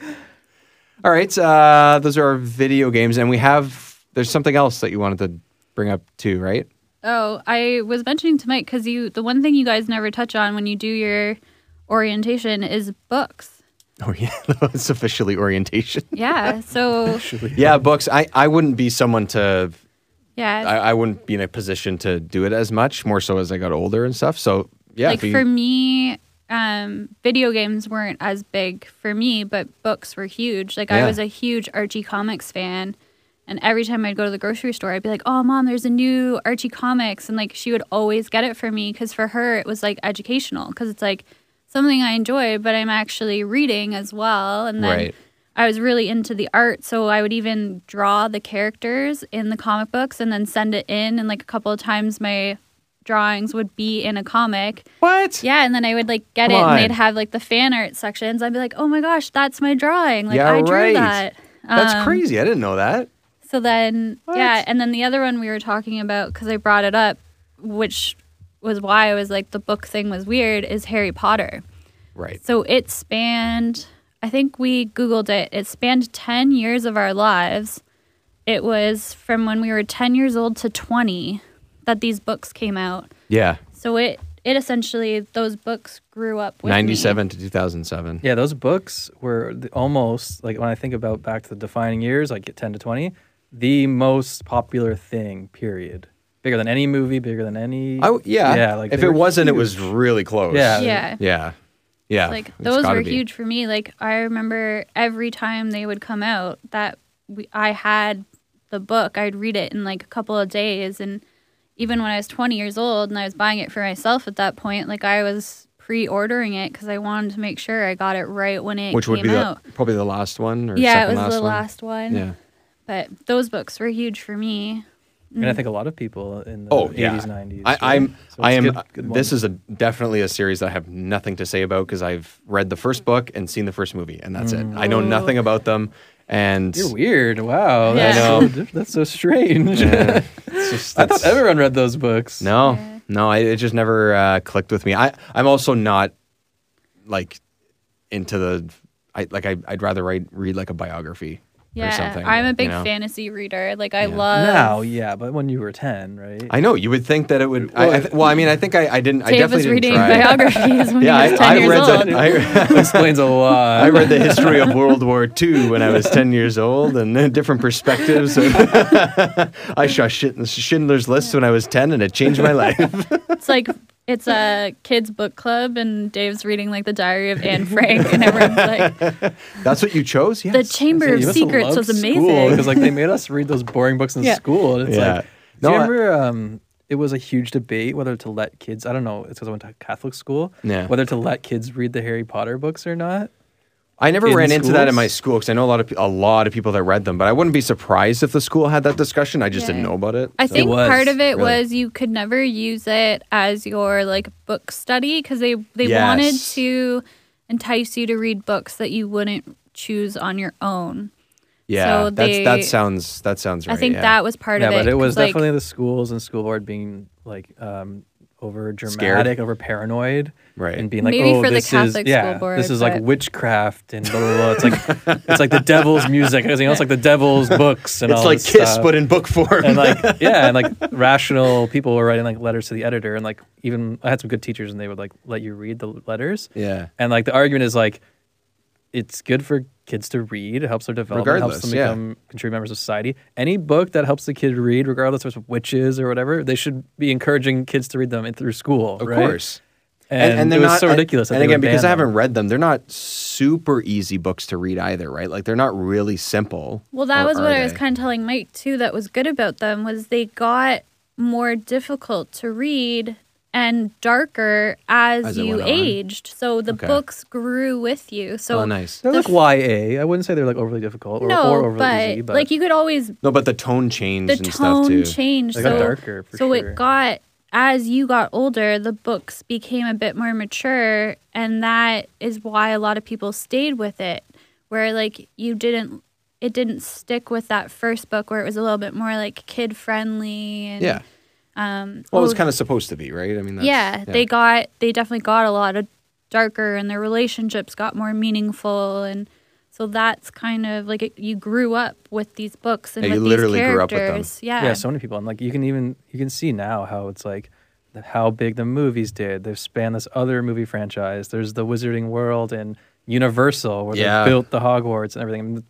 C: All right. Uh, those are our video games. And we have, there's something else that you wanted to bring up too, right?
E: oh, I was mentioning to Mike because you the one thing you guys never touch on when you do your orientation is books.
C: Oh, yeah. it's officially orientation.
E: Yeah. So
C: Yeah, books. I, I wouldn't be someone to,
E: yeah.
C: I, I wouldn't be in a position to do it as much, more so as I got older and stuff. So, yeah.
E: like
C: if you-
E: for me um video games weren't as big for me but books were huge like
C: Yeah.
E: i was a huge archie comics fan and every time i'd go to the grocery store i'd be like oh mom there's a new archie comics and like she would always get it for me because for her it was like educational because it's like something i enjoy but i'm actually reading as well and then
C: Right.
E: I was really into the art, so I would even draw the characters in the comic books and then send it in. And like a couple of times, my drawings would be in a comic.
C: What?
E: Yeah, and then I would like get
C: Come
E: it,
C: on.
E: and they'd have like the fan art sections. I'd be like, "Oh my gosh, that's my drawing! Like
C: Yeah,
E: I drew
C: right.
E: that."
C: That's
E: Um,
C: crazy. I didn't know that.
E: So then,
C: What?
E: yeah, and then the other one we were talking about because I brought it up, which was why I was like the book thing was weird. Is Harry Potter?
C: Right.
E: So it spanned, I think we Googled it, it spanned 10 years of our lives. It was from when we were 10 years old to 20 that these books came out.
C: Yeah.
E: So it, it essentially, those books grew up with me.
C: 97 to 2007.
D: Yeah, those books were the, almost like when I think about back to the defining years, like at 10 to 20, the most popular thing, period. Bigger than any movie, bigger than any.
C: I w yeah.
D: Yeah. Like
C: if
D: they
C: it
D: were
C: wasn't, it
D: huge.
C: was really close.
D: Yeah.
E: Yeah.
C: Yeah. Yeah.
E: Like
C: It's
E: those
C: gotta
E: were
C: be.
E: huge for me. Like I remember every time they would come out that we, I had the book, I'd read it in like a couple of days. And even when I was 20 years old and I was buying it for myself at that point, like I was pre-ordering it because I wanted to make sure I got it right when it
C: Which
E: came
C: would be the,
E: out.
C: probably the last one or
E: yeah, it
C: second
E: was
C: last
E: the
C: one.
E: last one.
C: Yeah.
E: But those books were huge for me.
D: And I
E: Mm-hmm.
D: think a lot of people in the
C: Oh,
D: 80s,
C: yeah.
D: 90s.
C: I,
D: right?
C: I'm.
D: So
C: I am.
D: it's good- good
C: this
D: one.
C: is a definitely a series that I have nothing to say about because I've read the first book and seen the first movie, and that's it. I know nothing about them, and
D: You're weird. Wow.
E: Yeah.
D: That's,
C: I
D: so, diff- that's so strange.
C: Yeah. It's just-
D: I thought
C: it's-
D: everyone read those books.
C: No,
E: Yeah.
C: no, I, it just never uh, clicked with me. I, I'm also not like into the. I like I, I'd rather write read like a biography or
E: Yeah,
C: something.
E: I'm
C: you
E: a big
C: know?
E: fantasy reader. Like I
C: Yeah.
E: love
D: Now, yeah, but when you were 10, right?
C: I know you would think that it would. I, I th- well, I mean, I think I, I didn't. I
E: Dave
C: definitely
E: was
C: didn't
E: reading
C: try.
E: biographies when
C: yeah,
E: he was 10
C: I, I
E: years
C: read
E: old.
C: the. I,
D: explains a lot.
C: I read the history of World War II when I was 10 years old and uh, different perspectives. I saw Schindler's- Schindler's List when I was 10 and it changed my life.
E: It's like it's a kids book club, and Dave's reading like the Diary of Anne Frank, and everyone's like,
C: That's what you chose? Yes.
E: "The Chamber of Secrets was amazing."
D: because like they made us read those boring books in
E: Yeah.
D: school. And it's
C: Yeah.
D: like,
C: No,
D: do you
C: I-
D: remember? um, it was a huge debate whether to let kids. I don't know. It's because I went to Catholic school.
C: Yeah.
D: Whether to let kids read the Harry Potter books or not.
C: I never
D: in
C: ran into that in
D: schools?
C: my school because I know a lot of pe- a lot of people that read them, but I wouldn't be surprised if the school had that discussion. I just
E: Yeah.
C: didn't know about it.
E: I
C: so-
E: think
D: was,
E: part of it
C: really.
E: was you could never use it as your like book study because they they
C: Yes.
E: wanted to entice you to read books that you wouldn't choose on your own.
C: yeah,
E: so
C: that's,
E: they-
C: that sounds that sounds right.
E: I think
C: yeah.
E: that was part
D: yeah,
E: of it.
D: but it was
E: 'cause, like,
D: definitely the schools and school board being like um, over
C: Scared.
D: dramatic, over paranoid,
C: Right.
D: And being like,
E: Maybe
D: oh,
E: for the
D: this is
E: Catholic
D: yeah,
E: school board,
D: this is like
E: but-
D: witchcraft and blah blah blah. It's like it's like the devil's music. You know, it's like the devil's books and
C: it's
D: all
C: like
D: this
C: Kiss,
D: stuff.
C: but in book form.
D: and like yeah and like rational people were writing like letters to the editor and like even i had some good teachers and they would like let you read the letters
C: yeah,
D: and like the argument is like it's good for kids to read it helps their development helps
C: Regardless,
D: them
C: yeah.
D: become contribute members of society any book that helps the kid read regardless if it's witches or whatever they should be encouraging kids to read them in- through school
C: of
D: right?
C: course.
D: and,
C: they're
D: it was
C: not-
D: so ridiculous that
C: And,
D: they
C: again,
D: would
C: because
D: ban
C: I haven't
D: them.
C: read them, they're not super easy books to read either, right? Like they're not really simple.
E: Well, that
C: or
E: was
C: are
E: what I was
C: they?
E: kind of telling Mike too. That was good about them was they got more difficult to read and darker as,
C: As it
E: you
C: went on.
E: aged. So the
C: Okay.
E: books grew with you. So
C: Oh, nice.
D: they're like YA. I wouldn't say they're like overly difficult or,
E: no,
D: or overly
E: but,
D: easy, but
E: like you could always
C: No, but the tone changed
E: the
C: and stuff
E: tone
C: too.
E: changed.
D: They
E: so
D: got darker, for
E: so
D: sure.
E: it got as you got older, the books became a bit more mature, and that is why a lot of people stayed with it. Where like you didn't, it didn't stick with that first book where it was a little bit more like kid friendly and
C: Yeah.
E: Um,
C: Well, it was
E: oh,
C: kind of supposed to be, right? I mean, that's,
E: yeah, they got they definitely got a lot of darker, and their relationships got more meaningful, and so that's kind of like it, you grew up with these books and
C: Yeah, you
E: with these
C: literally grew up with them.
E: characters.
D: yeah so many people and like you can even you can see now how it's like th- how big the movies did they've spanned this other movie franchise there's the wizarding world and universal where
C: Yeah.
D: they built the hogwarts and everything and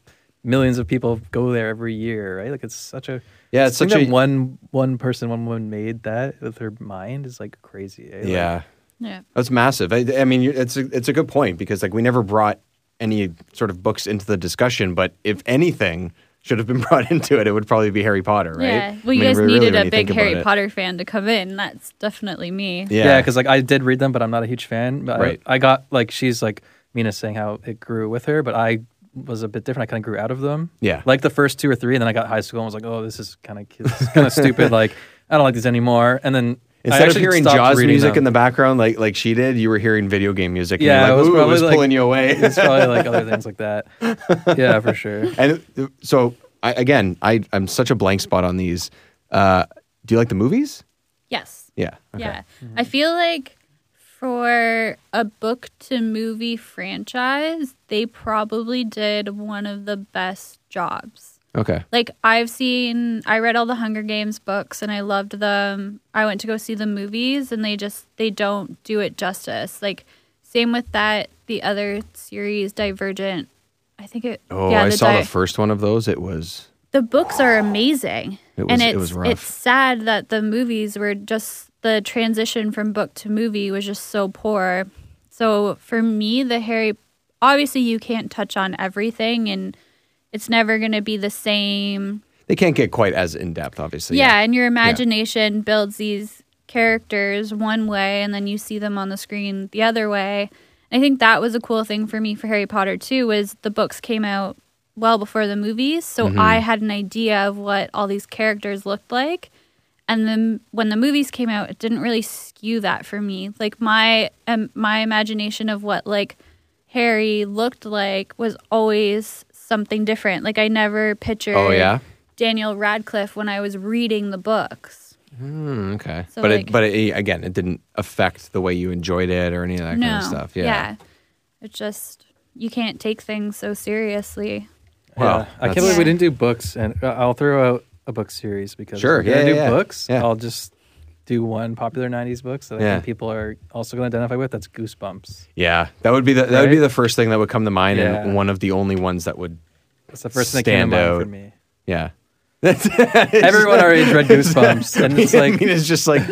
D: millions of people go there every year right like it's such a
C: Yeah,
D: to
C: it's
D: think
C: such
D: that
C: a-
D: one one person one woman made that with her mind is like crazy eh? Like,
C: yeah.
E: yeah.
C: That's massive. I, I mean, you- it's a, it's a good point because like we never brought any sort of books into the discussion, but if anything should have been brought into it, it would probably be Harry Potter, right?
E: Yeah.
C: I
E: Well, you
C: mean,
E: guys
C: really,
E: needed
C: when
E: a
C: you
E: big
C: think about
E: Harry
C: it.
E: Potter fan to come in. That's definitely me.
D: yeah
C: Yeah,
D: because like i did read them but i'm not a huge fan but I-
C: Right.
D: I, got like she's like mina saying how it grew with her but i was a bit different i kind of grew out of them
C: Yeah.
D: like the first two or three and then i got high school and was like oh this is kind of kind of stupid like i don't like these anymore and then
C: Instead of
D: actually
C: hearing
D: stopped
C: Jaws
D: reading
C: music
D: them.
C: in the background like like she did, you were hearing video game music. and
D: Yeah,
C: you're
D: it
C: like,
D: was
C: "Ooh,
D: probably, like-
C: pulling you away.
D: It's probably like other things like that. Yeah, for sure.
C: And uh, so, I, again, I, I'm such a blank spot on these. Uh, do you like the movies?
E: Yes.
C: Yeah. okay.
E: Yeah. I feel like for a book to movie franchise, they probably did one of the best jobs.
C: Okay.
E: Like I've seen I read all the Hunger Games books and I loved them. I went to go see the movies and they just they don't do it justice. Like same with that the other series Divergent. I think it
C: Oh,
E: yeah,
C: I
E: the
C: saw
E: Di-
C: the first one of those. It was
E: the books are amazing.
C: It was-
E: and
C: it
E: it's,
C: was rough.
E: it's sad that the movies were just the transition from book to movie was just so poor. So for me, the Harry obviously you can't touch on everything and it's never going to be the same.
C: they can't get quite as in depth, obviously.
E: yeah, and your imagination builds these characters one way and then you see them on the screen the other way. I think that was a cool thing for me for Harry Potter too was the books came out well before the movies, so I had an idea of what all these characters looked like. And then when the movies came out, it didn't really skew that for me. Like my um, my imagination of what like Harry looked like was always something different. Like I never pictured
C: Oh yeah.
E: Daniel Radcliffe when I was reading the books.
C: Mm, okay.
E: So,
C: but it,
E: like-
C: but it, again, it didn't affect the way you enjoyed it or any of that kind of stuff. Yeah.
E: It's just you can't take things so seriously.
C: Wow,
D: yeah. I can't
C: that's-
D: believe we didn't do books, and uh, I'll throw out a book series because
C: Sure,
D: if we're gonna
C: yeah,
D: do
C: yeah, yeah.
D: books.
C: Yeah.
D: I'll just do one popular '90s book that I
C: Yeah.
D: think people are also going to identify with. That's Goosebumps.
C: Yeah, that would be the that would be
D: Right?
C: the first thing that would come to mind,
D: Yeah.
C: and one of the only ones that would.
D: That's the first thing that came
C: Stand
D: to mind for
C: out.
D: me.
C: Yeah.
D: Everyone our age read Goosebumps, and it's
C: I
D: like,
C: mean, it's just like,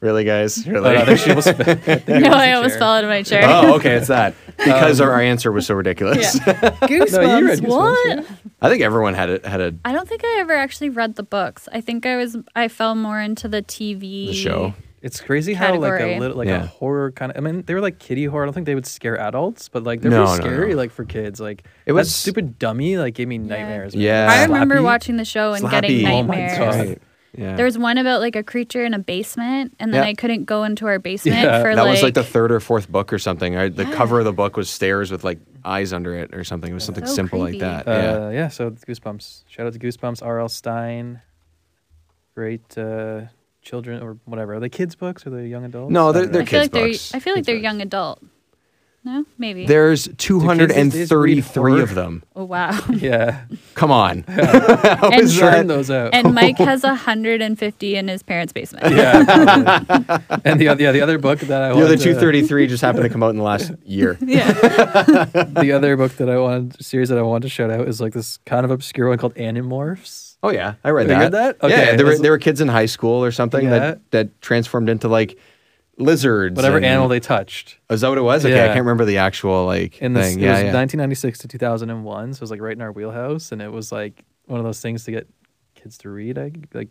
C: really, guys,
D: but, uh, there
C: really.
D: she was-
E: no, I almost
D: chair.
E: fell out of my chair.
C: oh, okay, it's that
D: Um,
C: because our, our answer was so ridiculous.
E: Goosebumps.
D: No, you read Goosebumps,
E: what?
D: yeah.
C: I think everyone had a, had a
E: I don't think I ever actually read the books. I think I was I fell more into the TV
C: the show.
D: It's crazy how like
E: Category.
D: a little like
C: Yeah.
D: a horror kind of. I mean, they were like kitty horror. I don't think they would scare adults, but like they're
C: No,
D: pretty
C: no,
D: scary
C: no.
D: like for kids. Like
C: It
D: it
C: was-
D: was stupid dummy. Like gave me nightmares.
C: Yeah.
E: I remember
D: Slappy.
E: watching the show and getting
C: Slappy.
D: Oh my
E: nightmares.
D: God.
C: Right. Yeah.
E: There was one about like a creature in a basement, and then
C: Yeah.
E: I couldn't go into our basement
D: Yeah.
E: for
C: that
E: like,
C: was like the third or fourth book or something. I, the cover of the book was stairs with like eyes under it or something. It was something
E: So
C: simple
E: creepy.
C: like that.
D: Uh, yeah. So it's Goosebumps. Shout out to Goosebumps. R.L. Stein. Great uh, children or whatever. Are they kids books or they young adults?
C: No,
D: I don't
C: they're-
E: I
D: know.
E: feel
C: kids'
E: like they're
C: books.
E: I feel like
C: Kids'
E: they're
C: books.
E: young adult. No, maybe.
C: yeah. There's
D: these days read
C: 233 of
D: horror?
C: them.
E: oh wow.
D: yeah.
C: Come on.
E: and,
D: Churn those out.
E: and Mike has 150 in his parents' basement.
D: yeah. and the other yeah the other book that I
C: The other
D: wanted to-
C: 233 just happened to come out in the last year.
E: yeah.
D: the other book that I wanted series that I wanted to shout out is like this kind of obscure one called Animorphs.
C: Oh yeah, I read
D: You
C: that.
D: read that?
C: yeah,
D: Okay,
C: there were
D: that's-
C: there were kids in high school or something
D: Yeah.
C: that that transformed into like lizards.
D: Whatever
C: and-
D: animal they touched.
C: Oh, is that what it was? Okay, I
D: Yeah.
C: can't remember the actual like
D: in this
C: thing.
D: it was
C: yeah, yeah.
D: 1996 to 2001 so it was like right in our wheelhouse and it was like one of those things to get kids to read I, like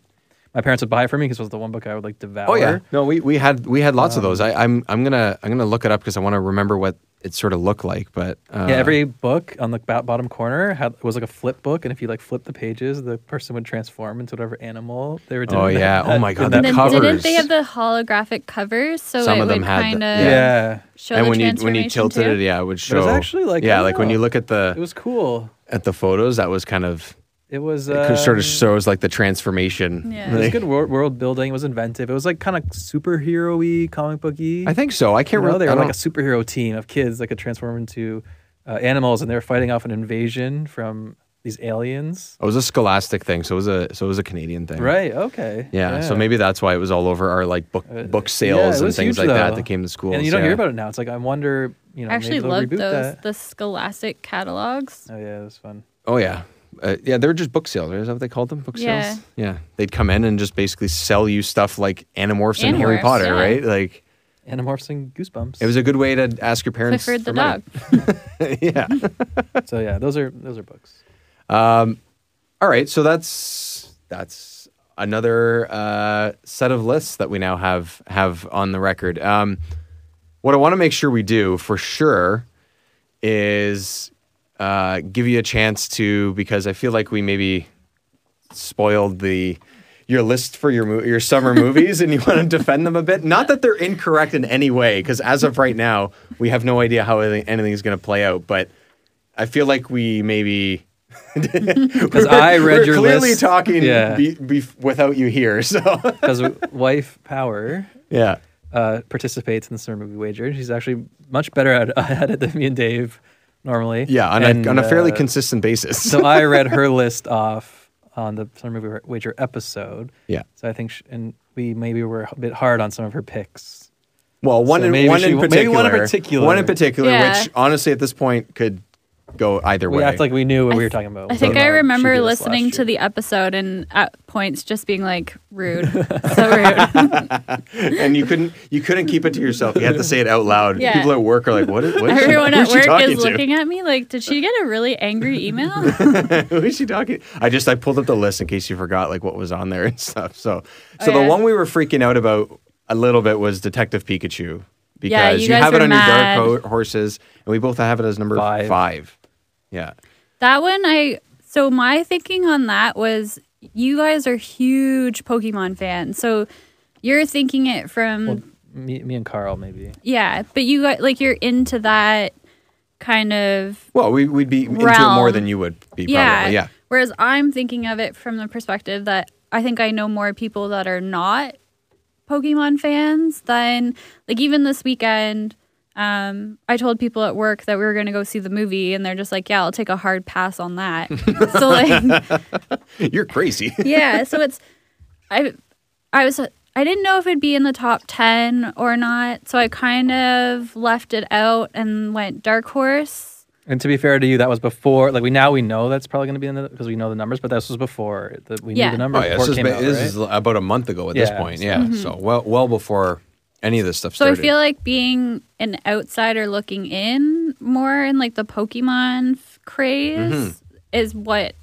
D: my parents would buy it for me because it was the one book i would like devour
C: oh yeah. No, we, we had we had lots of those. I, I'm I'm gonna I'm gonna look it up because I want to remember what it sort of looked like. But uh,
D: yeah every book on the bo- bottom corner had was like a flip book and if you like flip the pages the person would transform into whatever animal they were doing
C: Oh,
D: in that-
C: yeah. Oh, my
D: in
C: God,
E: And
C: that
E: then
C: covers.
E: didn't they have the holographic covers? So
C: Some
E: it
C: of them
E: would
C: had the-
E: kind of
D: yeah,
C: yeah.
E: show
C: and
E: the
C: when you when you
E: transformation,
C: tilted
E: too?
C: it, yeah, it would show.
D: But it was actually, like,
C: yeah,
D: I
C: like when
D: don't
C: you
D: know.
C: look at the
D: it was cool
C: at the photos, that was kind of
D: it was
C: it
D: um,
C: sort of shows like the transformation.
E: Yeah.
D: it was
C: Like-
D: good world, world building it was inventive it was like kind of superhero-y comic booky
C: I think so. I
D: You
C: can't
D: know,
C: remember.
D: they
C: I
D: were like a
C: don't-
D: superhero team of kids that could transform into uh, animals, and they were fighting off an invasion from these aliens.
C: It was a Scholastic thing, so it was a so it was a Canadian thing,
D: Right. Okay.
C: Yeah, so maybe that's why it was all over our like book
D: Uh,
C: book
D: Yeah, it
C: sales and
D: was
C: things
D: huge,
C: like that
D: though.
C: that came to schools.
D: And you don't
C: yeah.
D: hear about it now. It's like I wonder. You know,
E: I actually
D: maybe they'll
E: loved
D: reboot
E: those
D: That.
E: the Scholastic catalogs.
D: Oh yeah, it was fun.
C: Oh yeah, uh, yeah. They were just book sales. Right? Is that what they called them? Book
E: Yeah.
C: sales. Yeah, they'd come in and just basically sell you stuff like Animorphs and Harry
E: Animorphs,
C: Potter,
E: yeah.
C: right? Like
D: Animorphs and Goosebumps.
C: it was a good way to ask your parents.
E: Clifford the
C: for money.
E: dog.
C: yeah.
D: so yeah, those are those are books.
C: All right. So that's that's another uh, set of lists that we now have have on the record. Um, what I want to make sure we do for sure is uh, give you a chance to because I feel like we maybe spoiled the your list for your mo- your summer movies and you want to defend them a bit. Not that they're incorrect in any way, because as of right now, we have no idea how anything anything is going to play out. But I feel like we maybe because
D: I read
C: we're
D: your
C: clearly
D: list.
C: talking
D: Yeah.
C: be, be, without you here. So
D: because wife power
C: yeah,
D: uh, participates in the summer movie wager. She's actually much better at, at it than me and Dave normally.
C: yeah, on,
D: And,
C: a, on a fairly
D: uh,
C: consistent basis.
D: so I read her list off on the summer movie wager episode.
C: yeah.
D: So I think, sh and we maybe were a bit hard on some of her picks.
C: Well, one
D: So
C: in
D: maybe
C: one
D: she
C: in
D: w-
C: particular,
D: maybe one in particular.
C: one in particular,
E: Yeah.
C: which honestly at this point could go either
D: We
C: way.
D: act like we knew what
E: I
D: we were
E: th-
D: talking about.
E: I
D: We
E: think
D: don't
E: I
D: know. She
E: remember
D: did this last
E: listening to
D: year.
E: the episode and at points just being like rude, so rude.
C: and you couldn't you couldn't keep it to yourself. You had to say it out loud.
E: Yeah.
C: People at work are like, "What? Is, what is she-
E: Everyone
C: who
E: at
C: is she
E: work
C: talking
E: is
C: to?
E: looking at me like, did she get a really angry email?
C: Who is she talking? I just I pulled up the list in case you forgot like what was on there and stuff. So so
E: Oh,
C: the
E: yeah.
C: one we were freaking out about a little bit was Detective Pikachu because
E: Yeah, you
C: you,
E: guys
C: have it
E: were
C: on
E: mad.
C: your dark ho- horses, and we both have it as number
D: Five.
C: Yeah.
E: That one, I so my thinking on that was you guys are huge Pokemon fans, so you're thinking it from
D: Me, me and Carl maybe.
E: yeah, but you got like you're into that kind of
C: Well, we, we'd be into it more
E: Realm.
C: than you would be. Probably.
E: yeah.
C: Yeah. Yeah.
E: Whereas I'm thinking of it from the perspective that I think I know more people that are not Pokemon fans than like even this weekend. Um, I told people at work that we were going to go see the movie, and they're just like, "Yeah, I'll take a hard pass on that." so like,
C: You're crazy.
E: yeah so it's i i was i didn't know if it'd be in the top 10 or not so i kind of left it out and went dark horse
D: And to be fair to you, that was before. Like we now we know that's probably going to be in the because we know the numbers, but this was before the, we
E: Yeah.
D: knew the
C: Oh,
D: numbers.
C: yeah,
D: before
C: this, is,
D: it came
C: ba-
D: out,
C: this
D: right?
C: is about a month ago at this
D: Yeah,
C: point.
D: so-
C: Yeah. So well, well before any of this stuff
E: Mm-hmm. so
C: started.
E: i feel like being an outsider looking in more in like the pokemon f- craze
C: Mm-hmm.
E: is what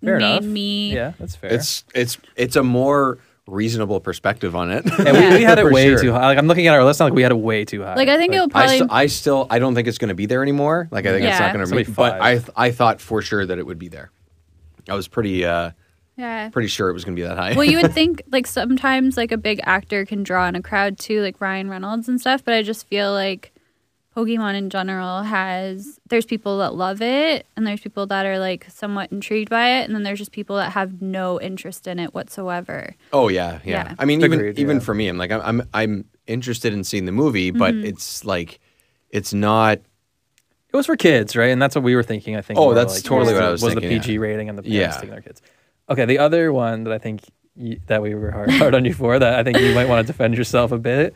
D: Fair
E: made
D: enough.
E: me
D: yeah, that's fair.
C: it's it's it's a more reasonable perspective on it.
D: and we, we had it
C: For
D: way
C: sure.
D: too high. Like I'm looking at our list, and like we had it way too high.
E: like i think it'll
C: I,
E: probably
C: st- I still I don't think it's going to be there anymore. Like I think it's
E: Yeah.
C: not going
D: It's
C: to be.
D: gonna be
C: But
D: five.
C: I th- I thought for sure that it would be there. I was pretty uh
E: yeah
C: pretty sure it was going to be that high.
E: well you would think like sometimes like a big actor can draw in a crowd too like ryan reynolds and stuff but i just feel like pokemon in general has there's people that love it and there's people that are like somewhat intrigued by it and then there's just people that have no interest in it whatsoever
C: oh yeah, yeah.
E: Yeah.
C: I mean, even
D: Agreed,
C: even
D: yeah.
C: for me, I'm like I'm I'm, I'm interested in seeing the movie, but
E: Mm-hmm.
C: it's like it's not.
D: it was for kids, right? And that's what we were thinking. I think.
C: Oh,
D: more
C: that's
D: like,
C: totally what
D: was the-
C: I was
D: the
C: thinking,
D: PG rating and the parents
C: Yeah.
D: taking their kids. Okay, the other one that I think you, that we were hard, hard on you for that I think you might want to defend yourself a bit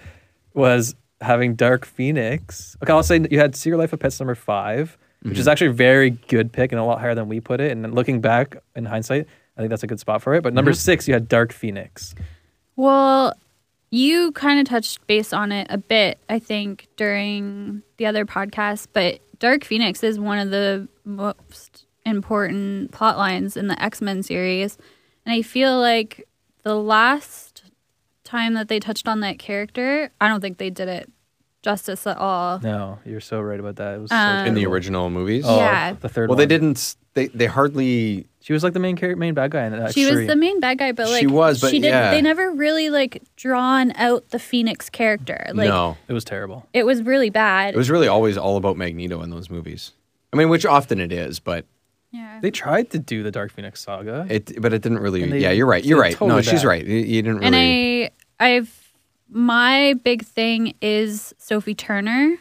D: was having Dark Phoenix. Okay, I'll say you had Secret Life of Pets number 5 which
C: Mm-hmm.
D: is actually a very good pick and a lot higher than we put it. And then looking back in hindsight, I think that's a good spot for it. But
C: Mm-hmm.
D: number six, you had Dark Phoenix.
E: well you kind of touched base on it a bit i think during the other podcast but dark phoenix is one of the most important plot lines in the x-men series and i feel like the last time that they touched on that character i don't think they did it justice at all
D: No, you're so right about that. It was
E: Um,
D: so
C: in the
D: terrible.
C: original movies.
D: Oh,
E: Yeah.
D: the third.
C: Well, they
D: one.
C: didn't. s- They they hardly.
D: She was like the main character, main bad guy in uh, that.
E: she was the main bad guy but like
C: She was, but
E: she didn't
C: yeah.
E: they never really like drawn out the phoenix character like
C: no,
D: It was terrible.
E: it was really bad
C: it was really always all about Magneto in those movies. I mean, which often it is, but
E: yeah
D: They tried to do the Dark Phoenix saga.
C: it but it didn't really.
D: And they-
C: yeah, you're right. You're
D: they
C: right. no,
D: totally
C: she's
D: bad.
C: right. You, you didn't really.
E: And I, I've, my big thing is Sophie Turner.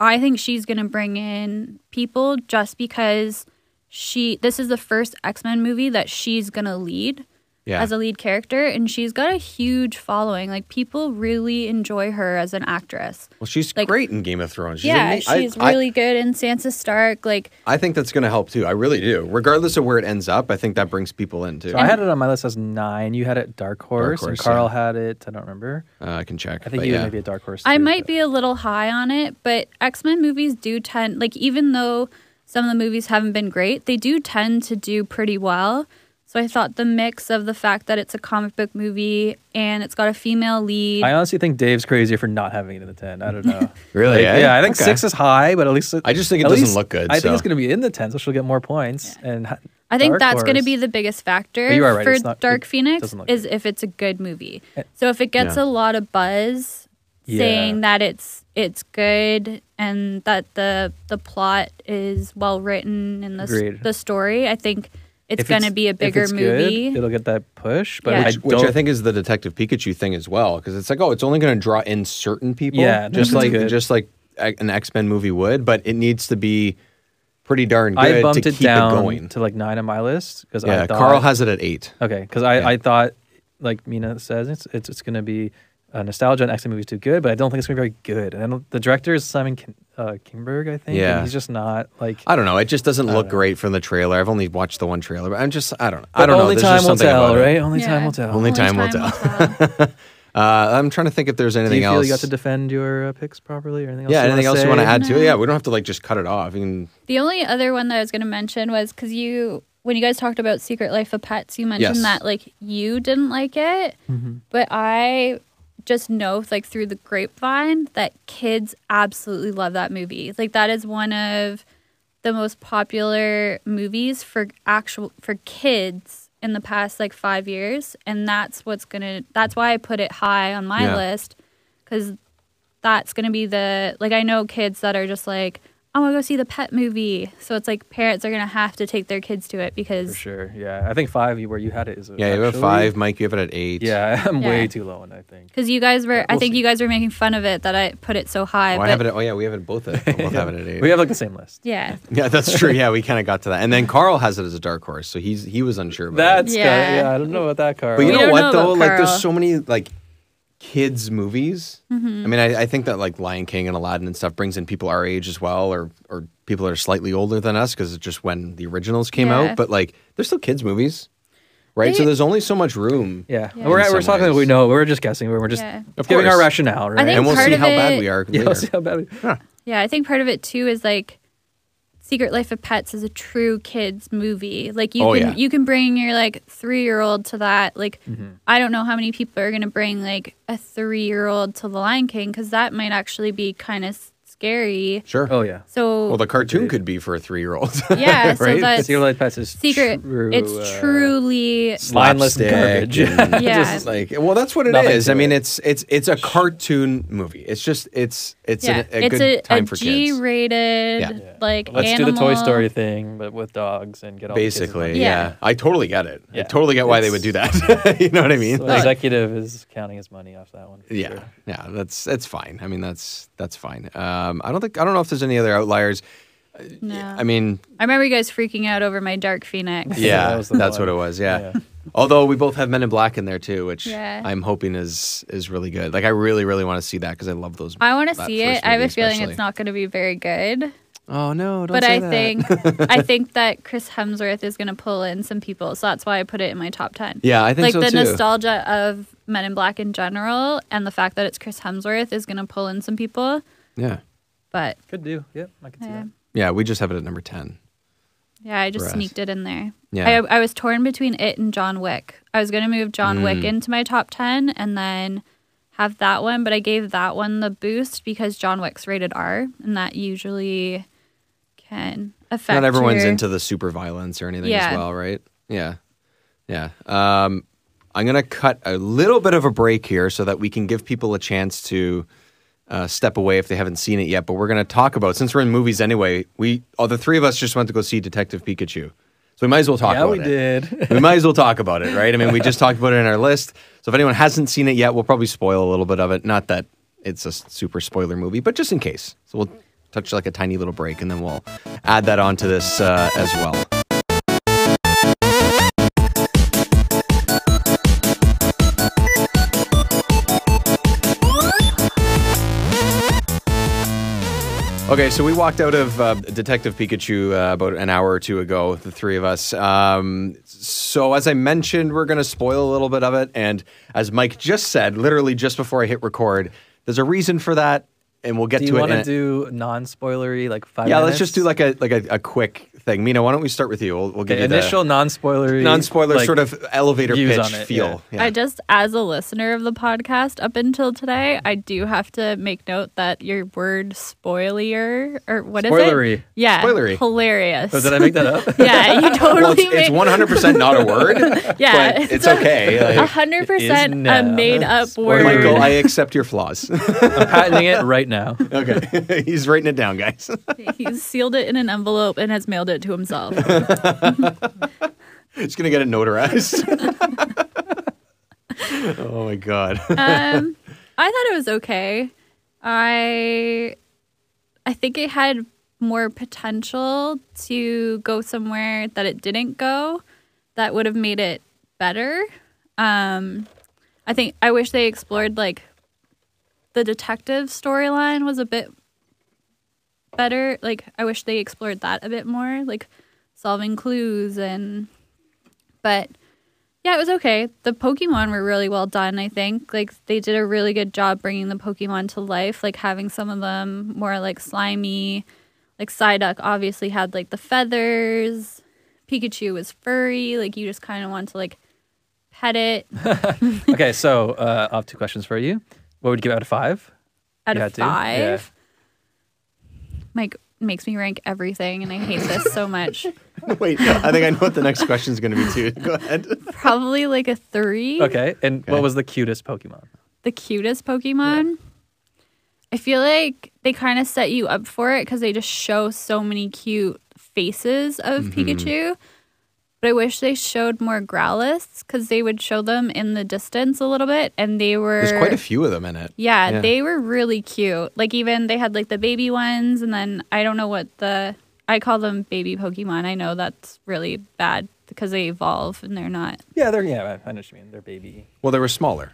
E: I think she's going to bring in people just because she, this is the first X Men movie that she's going to lead
C: yeah.
E: as a lead character. And she's got a huge following. Like, people really enjoy her as an actress.
C: Well, she's
E: Like-
C: great in Game of Thrones. She's
E: yeah,
C: ama- I-
E: she's
C: I-
E: really good in Sansa Stark. Like,
C: I, think that's going to help too. I really do. Regardless of where it ends up, I think that brings people in too.
D: So I had it on my list as nine. You had it Dark Horse,
C: Horse,
D: and Carl
C: yeah.
D: had it. I don't remember.
C: uh, I can check.
D: I think
C: but
D: you
C: yeah.
D: may be a Dark Horse.
E: I
D: too,
E: might
D: but-
E: be a little high on it, but X Men movies do tend, like, even though some of the movies haven't been great, they do tend to do pretty well. So I thought the mix of the fact that it's a comic book movie and it's got a female lead.
D: I honestly think Dave's crazier for not having it in the ten. I don't know.
C: Really,
D: Like,
C: eh?
D: Yeah, I think
C: Okay.
D: six is high, but at least
C: I just think it
D: at
C: doesn't
D: least-
C: look good,
D: I think
C: so.
D: it's going to be in the ten, so she'll get more points. And ha-
E: I think
D: Dark
E: that's going to
D: Horse.
E: be the biggest factor
D: But you are right,
E: for
D: it's not-
E: Dark
D: it
E: Phoenix
D: doesn't look Eh.
E: is if it's a good movie. So if it gets
C: Yeah.
E: a lot of buzz
D: Yeah.
E: saying that it's it's good and that the the plot is well written and the s-
D: Agreed.
E: the story, I think it's
D: If
E: going to be a
D: if
E: bigger
D: it's good,
E: movie.
D: it'll get that push, but
E: Yeah.
D: I
E: Which-
C: Which I
D: don't-
C: think is the Detective Pikachu thing as well, because it's like, oh, it's only going to draw in certain people,
D: Yeah,
C: just
D: that's
C: like
D: good.
C: just like a- an X Men movie would, but it needs to be pretty darn good
D: I bumped
C: to
D: it
C: keep
D: down
C: it going.
D: to like nine on my list because I
C: yeah,
D: thought,
C: Carl has it at eight.
D: okay because I, I thought like Mina says it's it's, it's going to be uh, nostalgia and X Men movies too good, but I don't think it's going to be very good. And I don't, the director is Simon Kin, uh, Kinberg, I think. and
C: Yeah.
D: he's just not like
C: I don't know. It just doesn't look great from the trailer. I've only watched the one trailer, but I'm just I don't know. I
D: But
C: don't know.
D: Only
C: There's
D: time
C: just
D: will
C: something
D: tell,
C: about it.
D: right? Only
E: Yeah.
D: time will tell.
C: Only time will
E: tell.
C: Uh, I'm trying to think if there's
D: Do
C: anything
D: you feel
C: else.
D: you got to defend your uh, picks properly or anything else?
C: yeah,
D: you
C: anything else you
D: say?
C: want to add to it? Yeah, we don't have to like just cut it off. You can,
E: the only other one that I was going to mention was cuz you when you guys talked about Secret Life of Pets, you mentioned
C: Yes.
E: that like you didn't like it. But I just know, like through the grapevine, that kids absolutely love that movie. Like that is one of the most popular movies for actual for kids in the past like five years, and that's what's gonna. That's why I put it high on my
C: Yeah.
E: list because that's gonna be the like I know kids that are just like. I want to go see the pet movie, so it's like parents are gonna have to take their kids to it
D: For
E: because
D: sure. Yeah. I think five, you- where you had it is.
C: yeah, you have
D: actually-
C: five. Mike, you have it at eight.
D: Yeah, I'm way
E: Yeah.
D: too low on, I think.
E: Because you guys were,
D: Yeah,
E: I
D: we'll
E: think
D: see.
E: you guys were making fun of it that I put it so high.
C: Oh, I
E: but
C: have it. At, oh yeah, we have it both. At, we both have it at eight.
D: We have like the same list.
E: yeah,
C: yeah, that's true. Yeah, we kind of got to that. And then Carl has it as a dark horse, so he's he was unsure about it.
D: That's yeah.
E: Yeah.
D: yeah, I don't know about that car.
C: But you
E: We
C: know
E: don't
C: what
E: know about
C: though? Like, there's
E: Carl.
C: so many like kids movies.
E: Mm-hmm.
C: I mean, I, I think that like Lion King and Aladdin and stuff brings in people our age as well, or or people that are slightly older than us because it's just when the originals came
E: Yeah.
C: out. But like, there's still kids movies, right? so
E: They-
C: there's only so much room.
D: yeah.
E: Yeah.
D: We're,
C: In
D: we're
C: some
D: talking,
C: ways.
D: we know, we're just guessing. We're we're just
E: Yeah.
C: Of
D: giving our
C: course.
D: rationale, right?
E: think
C: And we'll
E: part
C: see
E: of
C: how bad
E: it-
C: we are.
D: yeah,
C: later.
D: we'll see how bad we
E: yeah. I think part of it too is like Secret Life of Pets is a true kids movie. Like you
C: Oh,
E: can
C: yeah. Mm-hmm.
E: you can bring your like three year old to that. Like I don't know how many people are gonna bring like a three year old to The Lion King because that might actually be kind of scary.
C: Sure.
D: Oh, yeah.
E: So
C: Well, the cartoon
D: Agreed.
C: could be for a three year old.
E: yeah, so
C: right?
E: that's
D: Secret Life Pets is
E: secret.
D: true,
E: it's
D: uh,
E: truly
D: mindless garbage.
E: Yeah.
C: Just like, well, that's what it
D: Nothing
C: is.
D: to
C: I mean,
D: it.
C: it's it's it's a cartoon movie. It's just it's it's
E: yeah.
C: a, a
E: it's
C: good
E: a,
C: time
E: a
C: for kids.
E: G-rated
C: Yeah.
E: like
D: Let's do
E: animal.
D: the Toy Story thing, but with dogs and get all the kids in
C: Basically,
E: Yeah.
C: yeah. I totally get it. I
D: Yeah.
C: totally get why they would do that. you know what I
D: the-
C: mean?
D: So
C: Like,
D: executive is counting his money off that one. for
C: yeah,
D: sure.
C: yeah. That's that's fine. I mean, that's that's fine. Um, I don't think I don't know if there's any other outliers.
E: No.
C: I mean,
E: I remember you guys freaking out over my Dark Phoenix.
C: yeah,
D: that was the
C: that's
D: one.
C: what it was. Yeah.
D: Yeah.
C: Although we both have Men in Black in there too, which
E: Yeah.
C: I'm hoping is is really good. Like I really really want to see that because I love those.
E: I want to
C: that
E: see
C: first
E: it. I have a
C: movie
E: feeling
C: especially.
E: it's not going to be very good,
C: Oh no! Don't
E: but
C: say
E: I
C: that.
E: think I think that Chris Hemsworth is going to pull in some people, so that's why I put it in my top ten.
C: Yeah, I think
E: like
C: so
E: the
C: too.
E: nostalgia of Men in Black in general, and the fact that it's Chris Hemsworth is going to pull in some people.
C: Yeah,
E: But
D: Could do. Yep, I could see
E: yeah,
D: that.
C: yeah. We just have it at number ten.
E: yeah I just
C: Right.
E: sneaked it in there.
C: Yeah.
E: I, I was torn between it and John Wick. I was going to move John
C: Mm.
E: Wick into my top 10 and then have that one, but I gave that one the boost because John Wick's rated R and that usually can affect
C: Not everyone's
E: your-
C: into the super violence or anything
E: Yeah.
C: as well, right? Yeah, yeah. Um, I'm gonna cut a little bit of a break here so that we can give people a chance to uh, step away if they haven't seen it yet. But we're gonna talk about since we're in movies anyway. We all the three of us just went to go see Detective Pikachu, so we might as well talk
D: Yeah,
C: about
D: we
C: it.
D: did.
C: we might as well talk about it, right? I mean, we just talked about it in our list. So if anyone hasn't seen it yet, we'll probably spoil a little bit of it. Not that it's a super spoiler movie, but just in case. So we'll touch like a tiny little break and then we'll add that onto this uh, as well. Okay, so we walked out of uh, Detective Pikachu uh, about an hour or two ago, the three of us. Um, so, as I mentioned, we're going to spoil a little bit of it. And as Mike just said, literally just before I hit record, there's a reason for that, and we'll get
D: Do
C: to
D: you
C: it.
D: want
C: in
D: to
C: a-
D: do non-spoilery like five?
C: yeah, let's just do
D: minutes?
C: like a like a, a quick thing. Mina, why don't we start with you? We'll, we'll give
D: Okay,
C: you the
D: initial non-spoiler,
C: non-spoiler sort of elevator
D: views
C: pitch
D: on it,
C: feel. Yeah.
E: I just, as a listener of the podcast up until today, I do have to make note that your word spoilier or what is
D: Spoilery.
E: it? Yeah,
C: Spoilery.
E: hilarious.
D: Oh, did I make that up?
E: yeah, you totally
C: well, it's, it's
E: made-
C: 100% not a word,
E: Yeah,
C: but
E: it's
C: it's
E: a-
C: okay.
E: A
C: Like,
E: hundred
D: It is
E: percent
D: now.
E: a made up
D: Spoiler.
E: word.
C: Michael, I accept your flaws.
D: I'm patenting it right now.
C: okay. He's writing it down, guys.
E: He's sealed it in an envelope and has mailed it to himself.
C: He's going to get it notarized. oh, my God.
E: um, I thought it was okay. I I think it had more potential to go somewhere that it didn't go. That would have made it better. Um, I think I wish they explored like the detective storyline was a bit better. Like I wish they explored that a bit more, like solving clues and but yeah, it was okay. The Pokemon were really well done, I think. Like, they did a really good job bringing the Pokemon to life, like, having some of them more, like, slimy. Like, Psyduck obviously had, like, the feathers. Pikachu was furry. Like, you just kind of want to, like, pet it
D: Okay, so uh, I have two questions for you. What would you give out of five?
E: out
D: You
E: of
D: had to, yeah.
E: five. Mike makes me rank everything, and I hate this so much.
C: Wait, I think I know what the next question is going to be, too. Go ahead.
E: Probably, like, a three.
D: Okay, and
C: Okay.
D: what was the cutest Pokemon?
E: the cutest Pokemon. I feel like they kind of set you up for it because they just show so many cute faces of
C: Mm-hmm.
E: Pikachu. But I wish they showed more Growlithe because they would show them in the distance a little bit, and they were
C: There's quite a few of them in it.
E: yeah,
C: Yeah.
E: they were really cute. Like even they had like the baby ones, and then I don't know what the I call them baby Pokemon. I know that's really bad because they evolve and they're not
D: Yeah, they're yeah. I I know what you mean. They're baby.
C: Well, they were smaller.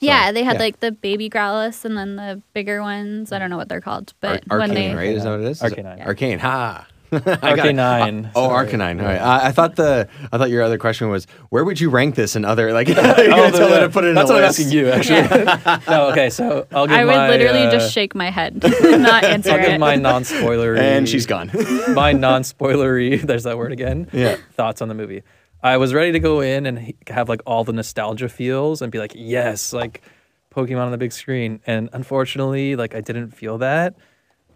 E: Yeah, they had
C: yeah.
E: like the baby growlis and then the bigger ones. I don't know what they're called, but
C: Ar-
E: when
C: Arcane,
E: they
C: right? Is that what it is?
D: Arcanine.
C: Arcane. Ha.
D: Arcanine.
C: Oh,
D: Sorry.
C: Arcanine. All right. I, I thought the I thought your other question was where would you rank this in other like you're gonna
D: Oh, the-
C: tell her to put it in
D: That's
C: a
D: what I'm
C: list.
D: asking you, actually. no, okay, so I'll give
E: I would
D: my,
E: literally
D: uh,
E: just shake my head, and not answer
D: I'll
E: it.
D: give my non-spoilery.
C: And she's gone.
D: my non-spoilery. There's that word again.
C: Yeah.
D: Thoughts on the movie. I was ready to go in and he- have like all the nostalgia feels and be like, yes, like Pokemon on the big screen. And unfortunately, like I didn't feel that.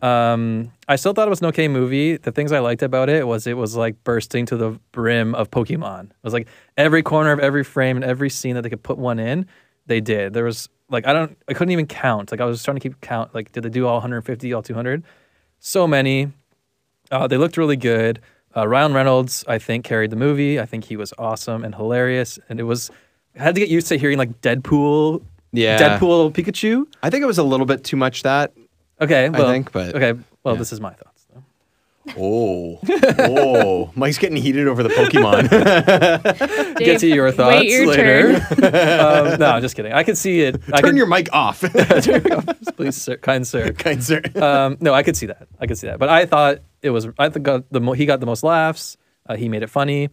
D: Um, I still thought it was an okay movie. The things I liked about it was it was like bursting to the brim of Pokemon. It was like every corner of every frame and every scene that they could put one in, they did. There was like I don't, I couldn't even count. Like I was trying to keep count. Like did they do all 150, all 200? So many. Uh, they looked really good. Uh, Ryan Reynolds, I think, carried the movie. I think he was awesome and hilarious. And it was I had to get used to hearing like Deadpool,
C: Yeah.
D: Deadpool Pikachu.
C: I think it was a little bit too much that.
D: Okay, well,
C: think, but-
D: okay, well, this is my thoughts. Though.
C: Oh. Oh. Mike's getting heated over the Pokemon.
D: get
E: Dave,
D: to your thoughts
E: wait your
D: later.
E: turn.
D: um, no, I'm just kidding. I could see it. I
C: Turn
D: could,
C: your mic off.
D: please, sir, kind sir.
C: kind sir.
D: Um, no, I could see that. I could see that. But I thought it was. I think got the mo- he got the most laughs. Uh, he made it funny.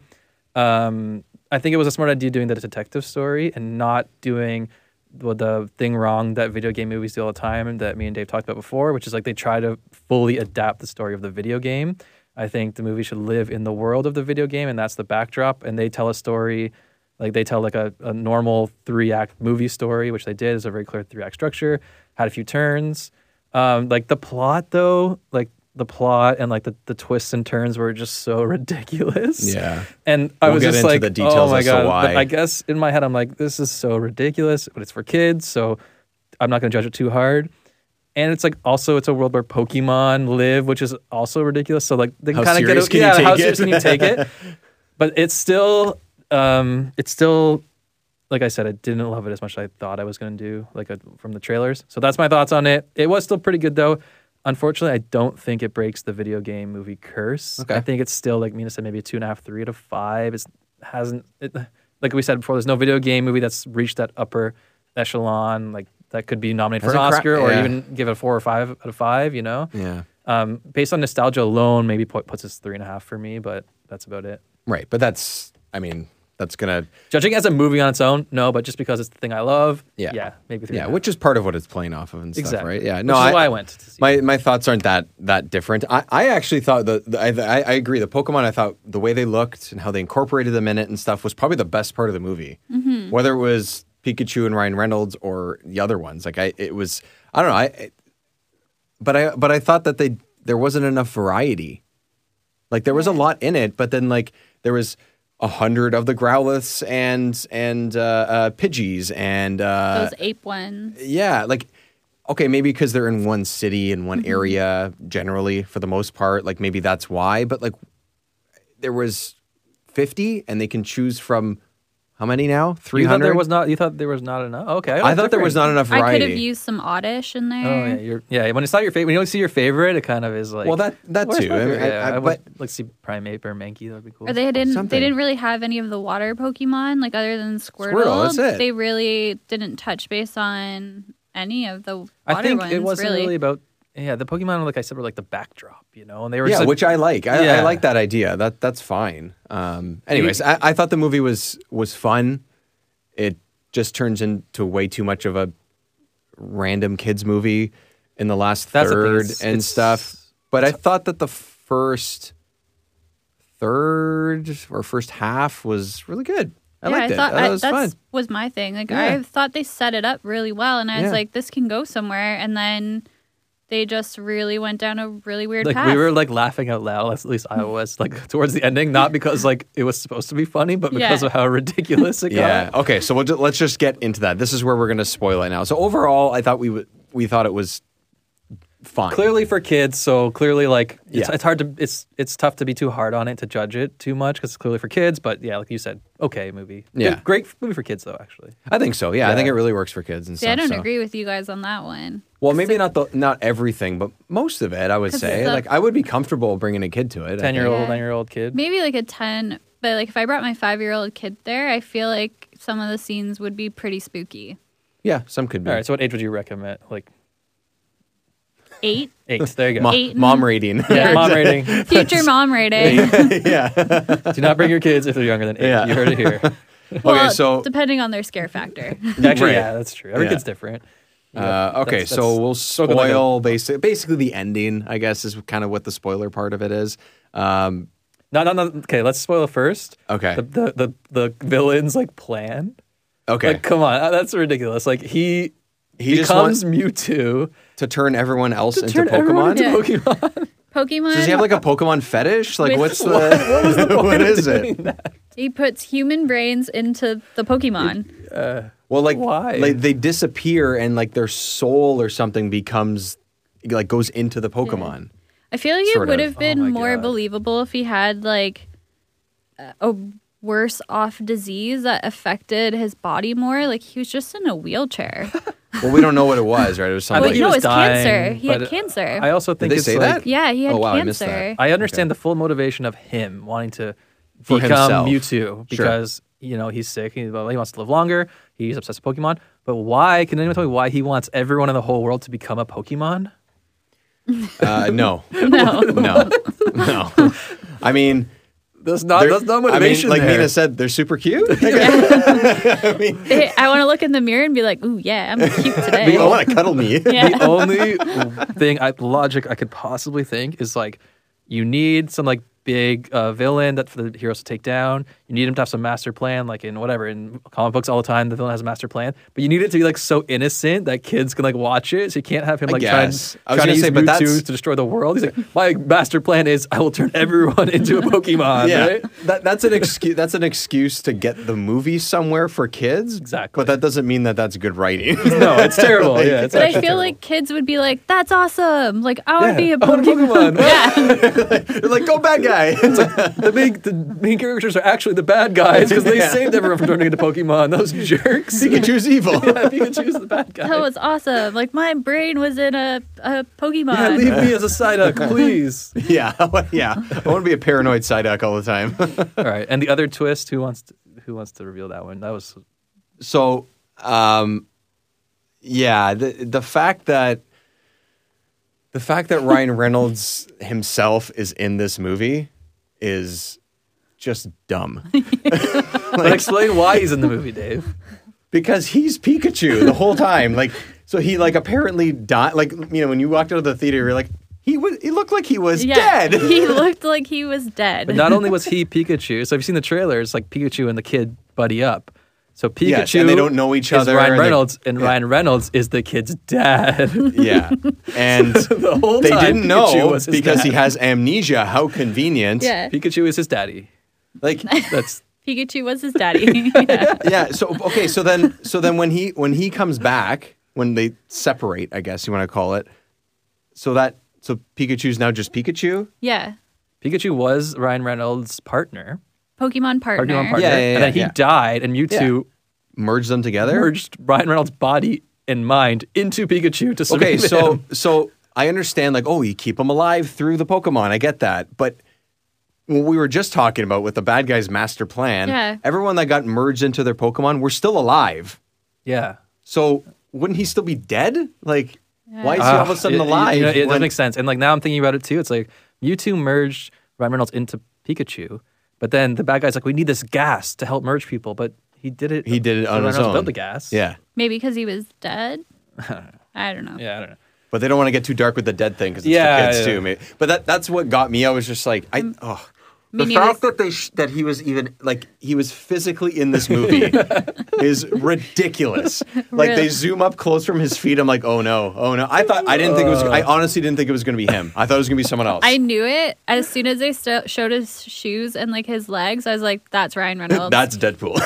D: Um, I think it was a smart idea doing the detective story and not doing the, the thing wrong that video game movies do all the time and that me and Dave talked about before, which is like they try to fully adapt the story of the video game. I think the movie should live in the world of the video game, and that's the backdrop. And they tell a story, like they tell like a, a normal three act movie story, which they did. It's a very clear three act structure. Had a few turns. Um, like the plot though, like the plot and like the, the twists and turns were just so ridiculous.
C: Yeah.
D: And uh, I
C: We'll
D: was
C: get
D: just
C: into
D: like,
C: the details
D: oh my
C: as to
D: god!
C: why.
D: But I guess in my head, I'm like, this is so ridiculous, but it's for kids, so I'm not going to judge it too hard. And it's like also it's a world where Pokemon live, which is also ridiculous. So like they
C: How
D: kind of get
C: serious
D: a-
C: can you
D: yeah,
C: take
D: how
C: it?
D: serious can you take it? But it's still um, it's still like I said, I didn't love it as much as I thought I was going to do, like uh from the trailers. So that's my thoughts on it. It was still pretty good though. Unfortunately, I don't think it breaks the video game movie curse.
C: Okay.
D: I think it's still like Mina said, maybe a two and a half, three out of five. It hasn't, it, like we said before, there's no video game movie that's reached that upper echelon, like that could be nominated for an
C: Hasn't cra-
D: Oscar or
C: yeah.
D: even give it a four or five out of five. You know,
C: yeah.
D: um, based on nostalgia alone, maybe pu- puts us three and a half for me, but that's about it.
C: Right. But that's I mean, that's gonna
D: Judging as a movie on its own, no, but just because it's the thing I love,
C: Yeah.
D: yeah, maybe three.
C: yeah,
D: and a half.
C: which is part of what it's playing off of and stuff,
D: exactly,
C: right? Yeah, no,
D: which is
C: I,
D: why I went. To see it.
C: My my thoughts aren't that that different. I, I actually thought the, the I, I I agree. The Pokemon, I thought the way they looked and how they incorporated them in it and stuff was probably the best part of the movie. Whether it was Pikachu and Ryan Reynolds or the other ones, like I, it was. I don't know. I, I- but I but I thought that they there wasn't enough variety. Like there was a lot in it, but then like there was. A hundred of the Growliths and and uh, uh, Pidgeys and uh,
E: Those ape ones.
C: yeah, like okay, maybe because they're in one city in
D: Mm-hmm.
C: one area generally for the most part. Like maybe that's why. But like there was fifty, and they can choose from how many now? Three
D: you thought
C: hundred.
D: there was not. You thought there was not enough. Okay,
C: I thought there was not enough
E: I
C: variety.
E: could have used some oddish in there.
D: Oh yeah, you're, yeah. When it's not your favorite, when you only see your favorite, it kind of is like.
C: Well, that- that
D: where's
C: too.
D: my
C: I mean,
D: favorite?
C: I-
D: yeah,
C: I-
D: I
C: but-
D: would, like see Primeape or Mankey. That would be cool.
E: Or they didn't.
C: Something.
E: They didn't really have any of the water Pokemon, like other than Squirtle.
C: Squirtle, that's it.
E: They really didn't touch base on any of the water
D: I think
E: ones.
D: it wasn't
E: really.
D: really. about. Yeah, the Pokemon, like I said, were like the backdrop, you know, and they were
C: yeah,
D: just, like,
C: which I like. I, I
D: Yeah.
C: like that idea. That that's fine. Um, anyways, I, I thought the movie was was fun. It just turns into way too much of a random kids movie in the last
D: That's the thing,
C: third
D: it's-
C: and
D: it's-
C: stuff. But I thought that the first third or first half was really good. I
E: yeah,
C: liked
E: I thought
C: it. I thought
E: I-
C: it was
E: that's
C: fun.
E: was my thing. Like
C: Yeah.
E: I thought they set it up really well, and I was
C: Yeah.
E: like, this can go somewhere. And then they just really went down a really weird
D: like
E: path.
D: we were like laughing out loud. At least I was like towards the ending, not because like it was supposed to be funny, but because
E: Yeah.
D: of how ridiculous it
C: Yeah.
D: got.
C: Okay. So we'll ju- let's just get into that. This is where we're going to spoil it now. So overall, I thought we w- we thought it was fine.
D: Clearly for kids, so clearly like it's,
C: Yeah.
D: it's hard to it's it's tough to be too hard on it to judge it too much because it's clearly for kids. But yeah, like you said, okay movie. Good-
C: Yeah.
D: great movie for kids though. Actually,
C: I think so. Yeah, I think it
D: Yeah.
C: really works for kids and
E: See,
C: stuff.
E: I don't
C: so.
E: agree with you guys on that one.
C: Well, maybe not the not everything, but most of it, I would
E: 'Cause
C: say.
E: it's a-
C: like I would be comfortable bringing a kid to it. I
D: ten year
C: think.
D: old,
E: Yeah.
D: nine year old kid.
E: Maybe like a ten, but like if I brought my five year old kid there, I feel like some of the scenes would be pretty spooky.
C: Yeah, some could be.
D: All right, so what age would you recommend? Like
E: Eight
D: eight. There you go.
C: Mo-
E: Eight and-
C: mom rating. Uh,
D: Yeah, mom rating.
E: future mom rating.
D: Do not bring your kids if they're younger than eight.
C: Yeah.
D: You heard it here.
E: Well,
C: so-
E: depending on their scare factor.
D: Actually,
C: Right.
D: yeah, that's true. Every
C: Yeah.
D: kid's different.
C: Uh, okay,
D: That's-
C: so
D: that's-
C: we'll
D: so good, like a-
C: spoil basic, basically the ending. I guess is kind of what the spoiler part of it is. Um,
D: No, no, no. Okay, let's spoil first.
C: Okay.
D: The the the, the villain's like plan.
C: okay,
D: Like, come on, uh, that's ridiculous. Like he
C: He just
D: becomes Mewtwo
C: to turn everyone else
D: to
C: into
D: turn everyone
C: Pokemon.
D: into
E: Yeah.
D: Pokemon.
E: Pokemon.
C: Does he have like a Pokemon fetish? Like,
E: With-
C: what's the what, was the what is it?
E: He puts human brains into the Pokemon.
C: Well, like
D: Why?
C: like they disappear and like their soul or something becomes like goes into the Pokemon.
E: I feel like
C: Sort
E: it would
C: of.
E: have
D: Oh
E: been
D: my
E: more
D: God.
E: believable if he had like a a worse off disease that affected his body more. Like he was just in a wheelchair.
C: Well, we don't know what it was, right? It was
D: I
C: something.
E: Well,
D: think
E: no,
D: he was
E: it's cancer.
D: dying,
E: He had
D: but
E: cancer.
D: I also think
C: they
D: it's
C: say
D: like,
C: that?
E: yeah, he had
C: Oh, wow, I missed
E: cancer.
C: that.
D: I understand the full motivation of him wanting to
C: For
D: become
C: himself.
D: Mewtwo because you know he's sick. He, he wants to live longer. He's obsessed with Pokemon. But why? Can anyone tell me why he wants everyone in the whole world to become a Pokemon?
C: Uh, no,
E: No.
C: no, no. I mean,
D: That's not
C: they're-
D: that's not
C: I mean,
D: motivation.
C: like
D: there.
C: Mina said, they're super cute.
E: I want to look in the mirror and be like, "Ooh, yeah, I'm cute today."
C: I want to cuddle me.
E: yeah.
D: the only thing I, logic I could possibly think is like you need some like big uh, villain that for the heroes to take down. You need him to have some master plan, like in whatever in comic books all the time. The villain has a master plan, but you need it to be like so innocent that kids can like watch it. So you can't have him
C: I
D: like trying,
C: guess. I was
D: trying to
C: gonna
D: use
C: say, but that's-
D: Mewtwo to destroy the world. He's like, my master plan is I will turn everyone into a Pokemon.
C: Yeah,
D: right?
C: that, that's an excuse. That's an excuse to get the movie somewhere for kids.
D: Exactly.
C: but that doesn't mean that that's good writing.
D: No, it's terrible. yeah, it's
E: But I
D: actually
E: feel
D: terrible.
E: like kids would be like, "That's awesome! Like, I want to
D: Yeah,
E: be a Pokemon." yeah,
C: They're like, go bad guy.
D: the big the main characters are actually the bad guys because they
C: Yeah.
D: saved everyone from turning into Pokemon. Those jerks.
C: you can choose evil.
D: yeah, Pikachu's the bad guy.
E: that was awesome. Like, my brain was in a a
D: yeah,
E: Pokemon.
D: leave me as a Psyduck, please.
C: Yeah, yeah. I want to be a paranoid Psyduck all the time.
D: All right, and the other twist. Who wants to, who wants to reveal that one? That was
C: so um yeah the the fact that the fact that Ryan Reynolds himself is in this movie is just dumb.
D: But explain why he's in the movie, Dave.
C: because he's Pikachu the whole time. Like, so he like apparently died. Like, you know, when you walked out of the theater, you're like, he was. He looked like he was dead.
E: he looked like he was dead.
D: But not only was he Pikachu, so if you've seen the trailer, it's like Pikachu and the kid buddy up. So Pikachu
C: Yes, and they don't know each
D: is
C: other,
D: Ryan
C: and they-
D: Reynolds and Ryan Reynolds is the kid's dad.
C: yeah, and
D: the whole
C: they
D: time,
C: didn't
D: Pikachu
C: know
D: was his
C: because he
D: dad.
C: has amnesia. How convenient.
E: yeah.
D: Pikachu is his daddy.
C: Like,
D: That's
E: Pikachu was his daddy. yeah.
C: yeah. So okay. So then, so then when he when he comes back, when they separate, I guess you want to call it. So that so Pikachu's now just Pikachu.
E: yeah.
D: Pikachu was Ryan Reynolds' partner.
E: Pokemon partner.
D: Pokemon partner.
C: Yeah, yeah, yeah,
D: and then he
C: yeah.
D: died, and Mewtwo
C: Merge them together.
D: merged Ryan Reynolds' body and mind into Pikachu to survive.
C: okay so
D: him.
C: so i understand like oh you keep them alive through the pokemon i get that but what we were just talking about with the bad guy's master plan
E: Yeah.
C: everyone that got merged into their pokemon were still alive
D: yeah.
C: so wouldn't he still be dead like why is he all of a
D: Ugh,
C: sudden
D: it-
C: alive
D: Ah, You know, it
C: when-
D: doesn't make sense. And like now I'm thinking about it too. It's like Mewtwo merged Ryan Reynolds into Pikachu, but then the bad guy's like, we need this gas to help merge people, but he did it.
C: he did it
D: so
C: on
D: Ryan
C: his
D: Reynolds
C: own
D: Built the gas.
C: yeah
E: Maybe because he was dead. I don't know.
D: Yeah. I don't know.
C: but they don't want to get too dark with the dead thing because it's
D: Yeah,
C: for kids
D: yeah.
C: too maybe. but that, that's what got me i was just like i oh
E: me
C: the
E: neither.
C: fact that they sh- that he was even like he was physically in this movie is ridiculous. Like they
E: Really?
C: zoom up close from his feet. I'm like, oh no, oh no. I thought I didn't think it was. I honestly didn't think it was going to be him. I thought it was going to be someone else.
E: I knew it as soon as they sto- showed his shoes and like his legs. I was like, "That's Ryan Reynolds."
C: That's Deadpool.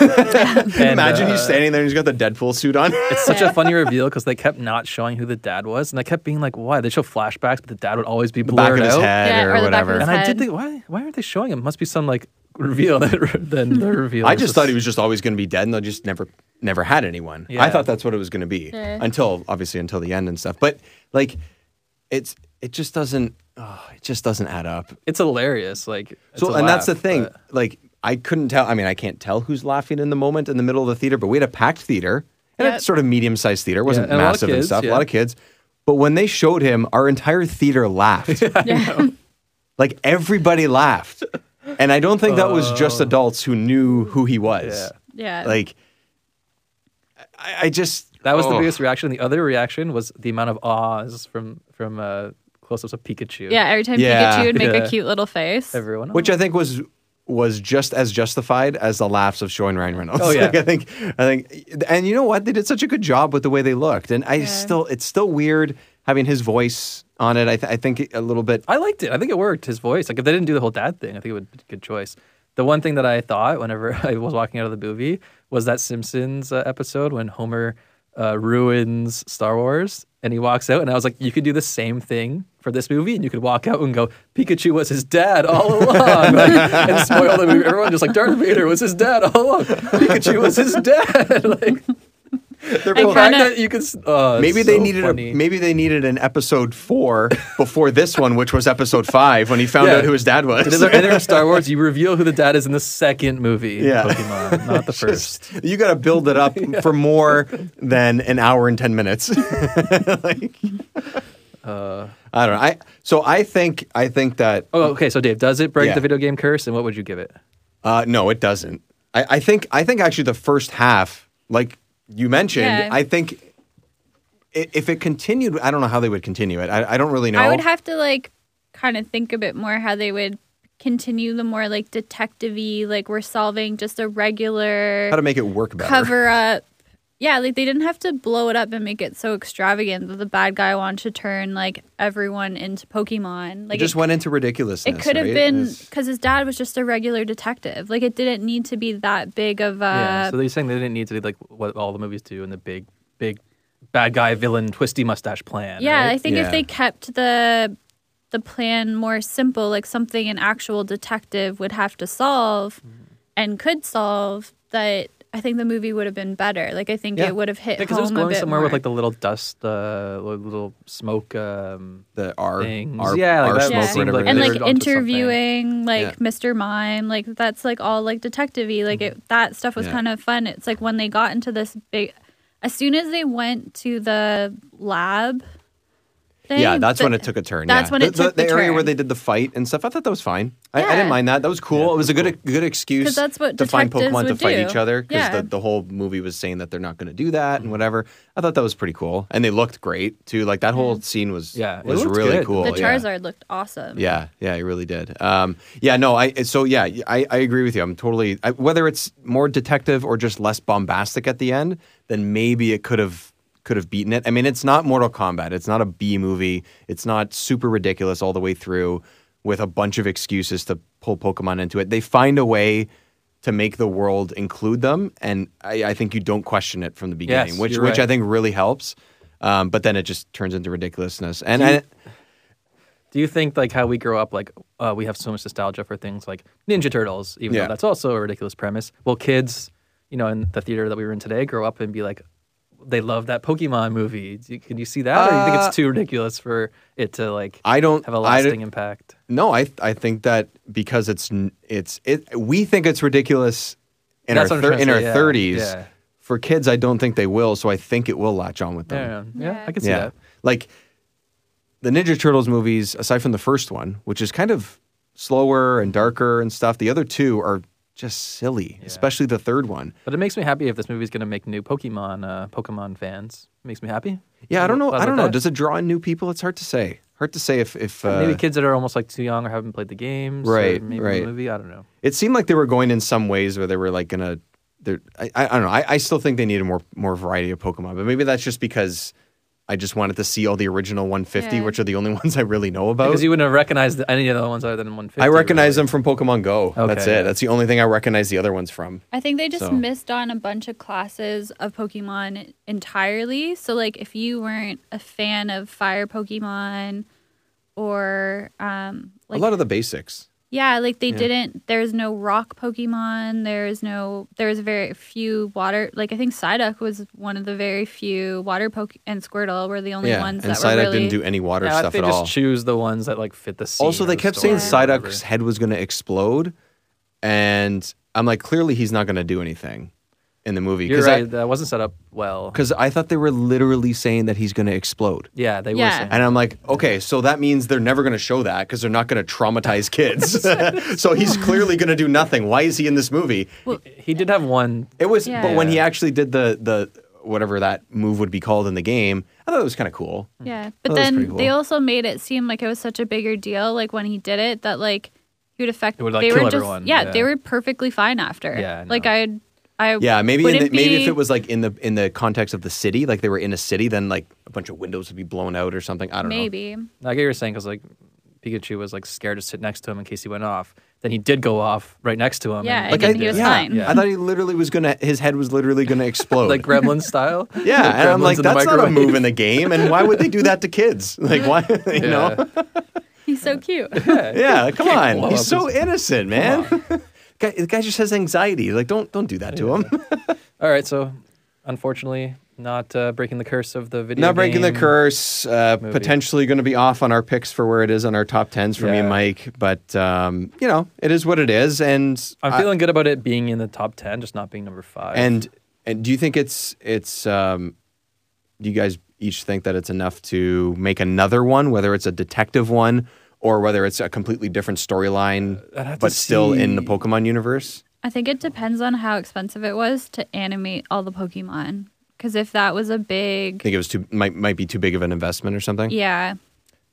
D: And,
C: Imagine
D: uh,
C: he's standing there and he's got the Deadpool suit on.
D: It's such
E: Yeah.
D: a funny reveal because they kept not showing who the dad was, and I kept being like, "Why?" They show flashbacks, but the dad would always be
C: the back
D: blurred
C: of his
D: out.
C: head
E: Yeah,
C: or,
E: or the back of
C: whatever.
E: his
D: And I did
E: head.
D: think, why? Why aren't they showing him? Must be some like reveal that then the reveal.
C: I just thought he was just always going to be dead, and they just never never had anyone. I
D: Yeah.
C: thought that's what it was going to be
E: Yeah.
C: until obviously until the end and stuff. But like, it's it just doesn't oh, it just doesn't add up.
D: It's hilarious. Like it's
C: so
D: a
C: and that's the
D: laugh,
C: thing.
D: but-
C: Like I couldn't tell. I mean, I can't tell who's laughing in the moment in the middle of the theater. But we had a packed theater and
E: Yeah.
C: a sort of medium sized theater. It wasn't
D: and a lot of
C: massive and
D: kids,
C: stuff.
D: yeah.
C: A lot of kids. But when they showed him, our entire theater laughed. like everybody laughed, and I don't think that was just
D: Oh.
C: adults who knew who he was.
E: yeah.
C: Like, I, I just
D: That was the
C: oh.
D: biggest reaction. The other reaction was the amount of awes from from uh, close-ups of Pikachu.
E: yeah. Every time
C: Yeah.
E: Pikachu would make
D: Yeah.
E: a cute little face.
D: everyone.
C: which
D: "Oh."
C: I think was was just as justified as the laughs of showing Ryan Reynolds.
D: Oh, yeah.
C: Like, I think I think, and you know what? They did such a good job with the way they looked, and I still it's still weird having his voice on it. I, th- I think a little bit.
D: I liked it. I think it worked. His voice. Like if they didn't do the whole dad thing, I think it would be a good choice. The one thing that I thought whenever I was walking out of the movie was that Simpsons uh, episode when Homer uh, ruins Star Wars and he walks out, and I was like, you could do the same thing for this movie, and you could walk out and go, Pikachu was his dad all along, like, and spoil the movie. Everyone just like Darth Vader was his dad all along. Pikachu was his dad. like
C: They're
E: I
D: the
C: both-
D: fact
E: kinda-
D: that you could. s- Oh, it's
C: Maybe they
D: so
C: needed
D: funny.
C: a, maybe they needed an episode four before this one, which was episode five when he found
D: Yeah.
C: out who his dad was.
D: In the- in the Star Wars, you reveal who the dad is in the second movie. in
C: Yeah.
D: Pokemon, not the first.
C: you got to build it up for more than an hour and 10 minutes Like-
D: Uh,
C: i don't know i so i think i think that
D: Oh, okay. So Dave, does it break
C: Yeah.
D: the video game curse, and what would you give it?
C: uh, no it doesn't I, I think i think actually the first half like you mentioned
E: Yeah.
C: i think i- if it continued i don't know how they would continue it i, I don't really know
E: I would have to like kind of think a bit more how they would continue the more like detective-y, like we're solving just a regular
C: how to make it work better
E: cover up. Yeah, like they didn't have to blow it up and make it so extravagant that the bad guy wanted to turn like everyone into Pokemon.
C: it
E: Like
C: just
E: it,
C: went into ridiculousness
E: it could have
C: right?
E: been
C: It's-
E: because his dad was just a regular detective. Like it didn't need to be that big of a.
D: yeah. So they're saying they didn't need to do like what all the movies do in the big, big bad guy villain twisty mustache plan.
E: Yeah,
D: right?
E: I think
C: Yeah.
E: if they kept the the plan more simple, like something an actual detective would have to solve
D: Mm-hmm.
E: and could solve, that I think the movie would have been better. Like I think
C: Yeah.
E: it would have hit
D: because
E: home
D: it was
E: a
D: going
E: bit
D: somewhere
E: more.
D: with like the little dust, uh, li- little smoke. Um,
C: the r
D: Things.
C: r,
D: Yeah, like
C: r
D: that
C: smoke or
E: seemed
C: whatever
D: like
C: it
E: and
D: they
C: is.
D: were
E: like
D: onto something.
E: interviewing like
C: Yeah.
E: Mr. Mime, like that's like all like detective-y. Like it, that stuff was
C: Mm-hmm. Yeah.
E: kind of fun. It's like when they got into this big, as soon as they went to the lab, thing.
C: yeah, that's when
E: but-
C: it took a turn.
E: That's
C: yeah.
E: when
C: the,
E: it took
C: the,
E: the
C: area where
E: turn.
C: they did the fight and stuff. I thought that was fine. I, I
E: Yeah.
C: didn't mind that. That was cool. it was a good good excuse
E: 'Cause that's what
C: to find
E: detectives
C: Pokemon to
E: would
C: fight
E: do.
C: each other because
E: Yeah.
C: the, the whole movie was saying that they're not going to do that and whatever. I thought that was pretty cool, and they looked great too. Like that whole scene was
D: Yeah, it
C: was
D: looked
C: really
D: good.
C: cool.
E: Mm-hmm. The
C: yeah.
E: Charizard looked awesome.
C: Yeah, yeah, you really did. Um, yeah, no, I so yeah, I, I agree with you. I'm totally I, whether it's more detective or just less bombastic at the end, then maybe it could have could have beaten it. I mean, it's not Mortal Kombat. It's not a B movie. It's not super ridiculous all the way through with a bunch of excuses to pull Pokemon into it. They find a way to make the world include them, and I, I think you don't question it from the beginning,
D: Yes,
C: which
D: you're
C: which
D: right.
C: I think really helps. Um, but then it just turns into ridiculousness, and, and
D: Do you think like how we grow up, like uh, we have so much nostalgia for things like Ninja Turtles, even
C: Yeah.
D: though that's also a ridiculous premise? Will kids, you know, in the theater that we were in today, grow up and be like, they love that Pokemon movie? Do you- Can you see that, or do you think
C: Uh,
D: it's too ridiculous for it to like
C: I don't
D: have a
C: I don't-
D: lasting impact?
C: No, I I think that because it's n- it's it we think it's ridiculous in
D: That's
C: our
D: what I'm
C: thir-
D: trying to
C: in
D: say,
C: our
D: yeah,
C: thirties.
D: yeah.
C: For kids, I don't think they will. So I think it will latch on with them.
D: Yeah, yeah,
E: Yeah.
D: I can see
C: Yeah.
D: that.
C: Like the Ninja Turtles movies, aside from the first one, which is kind of slower and darker and stuff, the other two are just silly, especially the third one.
D: But it makes me happy if this movie's going to make new Pokemon uh, Pokemon fans. makes me happy.
C: Yeah, I don't know.
D: Glad
C: I don't
D: about
C: know.
D: that.
C: Does it draw in new people? It's hard to say. Hard to say if if uh,
D: maybe kids that are almost like too young or haven't played the games,
C: Right,
D: Or maybe
C: right.
D: The movie, I don't know.
C: it seemed like they were going in some ways where they were like gonna. They're, I, I I don't know. I, I still think they needed more more variety of Pokemon, but maybe that's just because I just wanted to see all the original 150,
E: Yeah.
C: which are the only ones I really know about.
D: Because you wouldn't have recognized any of the other ones other than 150.
C: I recognize them
D: really.
C: from Pokemon Go. that's it.
D: yeah.
C: That's the only thing I recognize the other ones from.
E: I think they just
C: So-
E: missed on a bunch of classes of Pokemon entirely. So, like, if you weren't a fan of Fire Pokemon or, um, like,
C: a lot of the basics.
E: yeah, like they didn't, there's no rock Pokemon. There's no, there's very few water. Like, I think Psyduck was one of the very few water Poke and Squirtle were the only
C: yeah,
E: ones
C: and
E: that were
C: Psyduck
E: really.
C: didn't do any water
D: Yeah, I
C: stuff
D: think
C: at
D: they just
C: all.
D: choose the ones that like fit the scene.
C: Also, they
D: or the
C: kept saying
D: story or
C: Psyducke's head was going to explode, and I'm like, clearly he's not going to do anything in the movie
D: whatever. You're
C: because
D: right. that wasn't set up well.
C: I, thought they were literally saying that he's going to explode.
D: Yeah, they
E: Yeah.
D: were. Saying.
C: And I'm like, okay, so that means they're never going to show that because they're not going to traumatize kids. so he's clearly going to do nothing. Why is he in this movie?
D: He did have one.
C: It was, but when he
D: Yeah.
C: actually did the the whatever that move would be called in the game, I thought it was kind of cool.
E: Yeah,
C: Oh,
E: but
C: that's
E: then
C: pretty
E: they
C: cool.
E: also made it seem like it was such a bigger deal. Like when he did it, that like he would affect.
D: It would, like,
E: they
D: kill
E: were just
D: everyone,
E: Yeah,
D: yeah.
E: they were perfectly fine after.
D: Yeah, I
E: like
D: know.
E: I, I
C: Yeah, maybe in
E: wouldn't
C: the, maybe if
E: be-
C: it was like in the in the context of the city, like they were in a city, then like a bunch of windows would be blown out or something. I don't know.
E: maybe
D: I get what you're saying because like Pikachu was like scared to sit next to him in case he went off. Then he did go off right next to him.
E: Yeah,
D: and
E: and
D: they
E: then
C: I,
D: did
E: he was
D: it.
C: yeah,
E: fine.
C: I thought he literally was gonna. His head was literally gonna explode.
D: like Gremlin style.
C: yeah,
D: Like
C: and I'm
D: Gremlins
C: like,
D: in the
C: that's not a
D: microwave.
C: move in the game. And why would they do that to kids? Like, why? You know.
E: he's so cute.
C: Yeah, come
D: can't
C: on.
D: blow
C: He's
D: up
C: so innocent, man. guy, the guy just has anxiety. Like, don't don't do that to him.
D: All right, so unfortunately, not uh, breaking the curse of the video.
C: Not breaking the
D: game.
C: curse. Uh,
D: movie.
C: potentially going to be off on our picks for where it is on our top tens for me and
D: Yeah.
C: Mike. But um, you know, it is what it is. And
D: I'm
C: I-
D: feeling good about it being in the top ten, just not being number five.
C: and and do you think it's it's um, do you guys each think that it's enough to make another one, whether it's a detective one or whether it's a completely different storyline,
D: I'd have to
C: but still in the
D: see.
C: Pokemon universe?
E: I think it depends on how expensive it was to animate all the Pokemon. Because if that was a big,
C: Think it was too might might be too big of an investment or something.
E: yeah,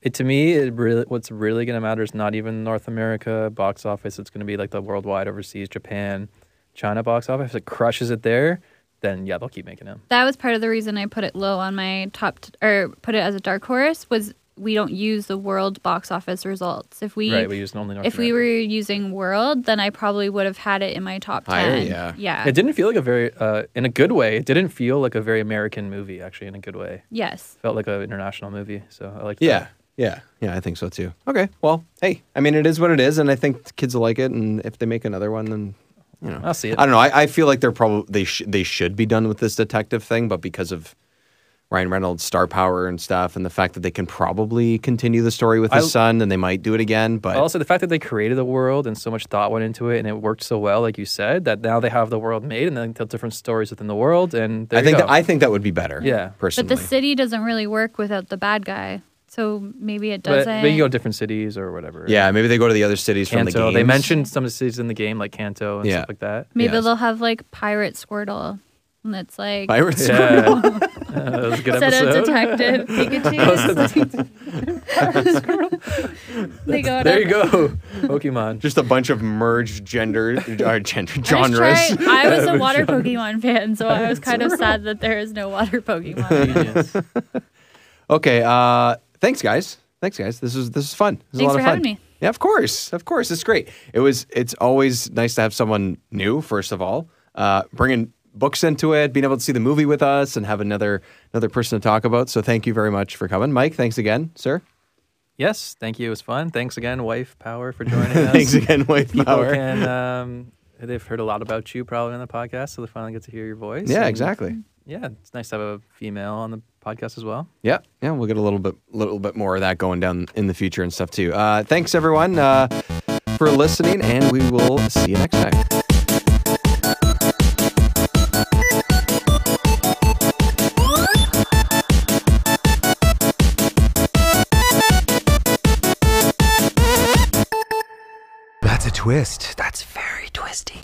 D: It, to me, it really what's really going to matter is not even North America box office. It's going to be like the worldwide, overseas, Japan, China box office. If it crushes it there, then yeah, they'll keep making them.
E: that was part of the reason I put it low on my top t- or put it as a dark horse was we don't use the world box office results. If we
D: right, we use only North.
E: if we were
D: America.
E: using world, then I probably would have had it in my top
C: Higher,
E: ten.
C: yeah.
E: Yeah.
D: it didn't feel like a very uh, in a good way. It didn't feel like a very American movie, actually, in a good way.
E: yes.
D: It felt like an international movie, so I like.
C: Yeah. Yeah. Yeah, I think so too. Okay. Well, hey, I mean, it is what it is, and I think kids will like it. And if they make another one, then you know,
D: I'll see it.
C: I don't know. I, I feel like they're probably they sh- they should be done with this detective thing, but because of Ryan Reynolds' star power and stuff, and the fact that they can probably continue the story with his
D: I-
C: son, then they might do it again. But
D: also the fact that they created the world and so much thought went into it and it worked so well like you said that now they have the world made and then tell different stories within the world and there
C: I
D: you
C: think
D: go.
C: that, I think that would be better.
D: Yeah. But the
C: personally,
E: But the city doesn't really work without the bad guy. So maybe it
D: But,
E: doesn't.
D: but you go to different cities or whatever.
C: Yeah, maybe they go to the other cities from the
D: Kanto.
C: games.
D: they mentioned some of the cities in the game, like Kanto and
C: Yeah.
D: stuff like that.
E: maybe
C: Yes.
E: they'll have like pirate Squirtle, and it's like
C: Pirates.
D: Yeah. that was a good
E: instead of
D: episode.
E: Detective Pikachu, it's like- they go.
D: There
E: to-
D: you go. Pokemon.
C: Just a bunch of merged gender, uh, gender
E: I was
C: genres.
E: trying- I was a water Pokemon fan, so I was kind of sad that there is no water Pokemon.
D: Genius.
C: Okay. Uh, thanks, guys. Thanks, guys. This is this is fun. This is a lot
E: Thanks for
C: of fun.
E: having me.
C: Yeah, of course, of course. It's great. It was. It's always nice to have someone new. First of all, uh, bringing books into it, being able to see the movie with us, and have another another person to talk about. So thank you very much for coming, Mike. Thanks again, sir.
D: yes, thank you. It was fun. Thanks again, Wife Power, for joining us.
C: Thanks again, Wife
D: People
C: Power.
D: can, um, they've heard a lot about you probably on the podcast, so they finally get to hear your voice.
C: Yeah,
D: and
C: exactly.
D: Yeah, it's nice to have a female on the podcast as well.
C: Yeah, yeah, we'll get a little bit, little bit more of that going down in the future and stuff too. Uh, thanks everyone uh, for listening, and we will see you next time.
F: That's a twist. That's very twisty.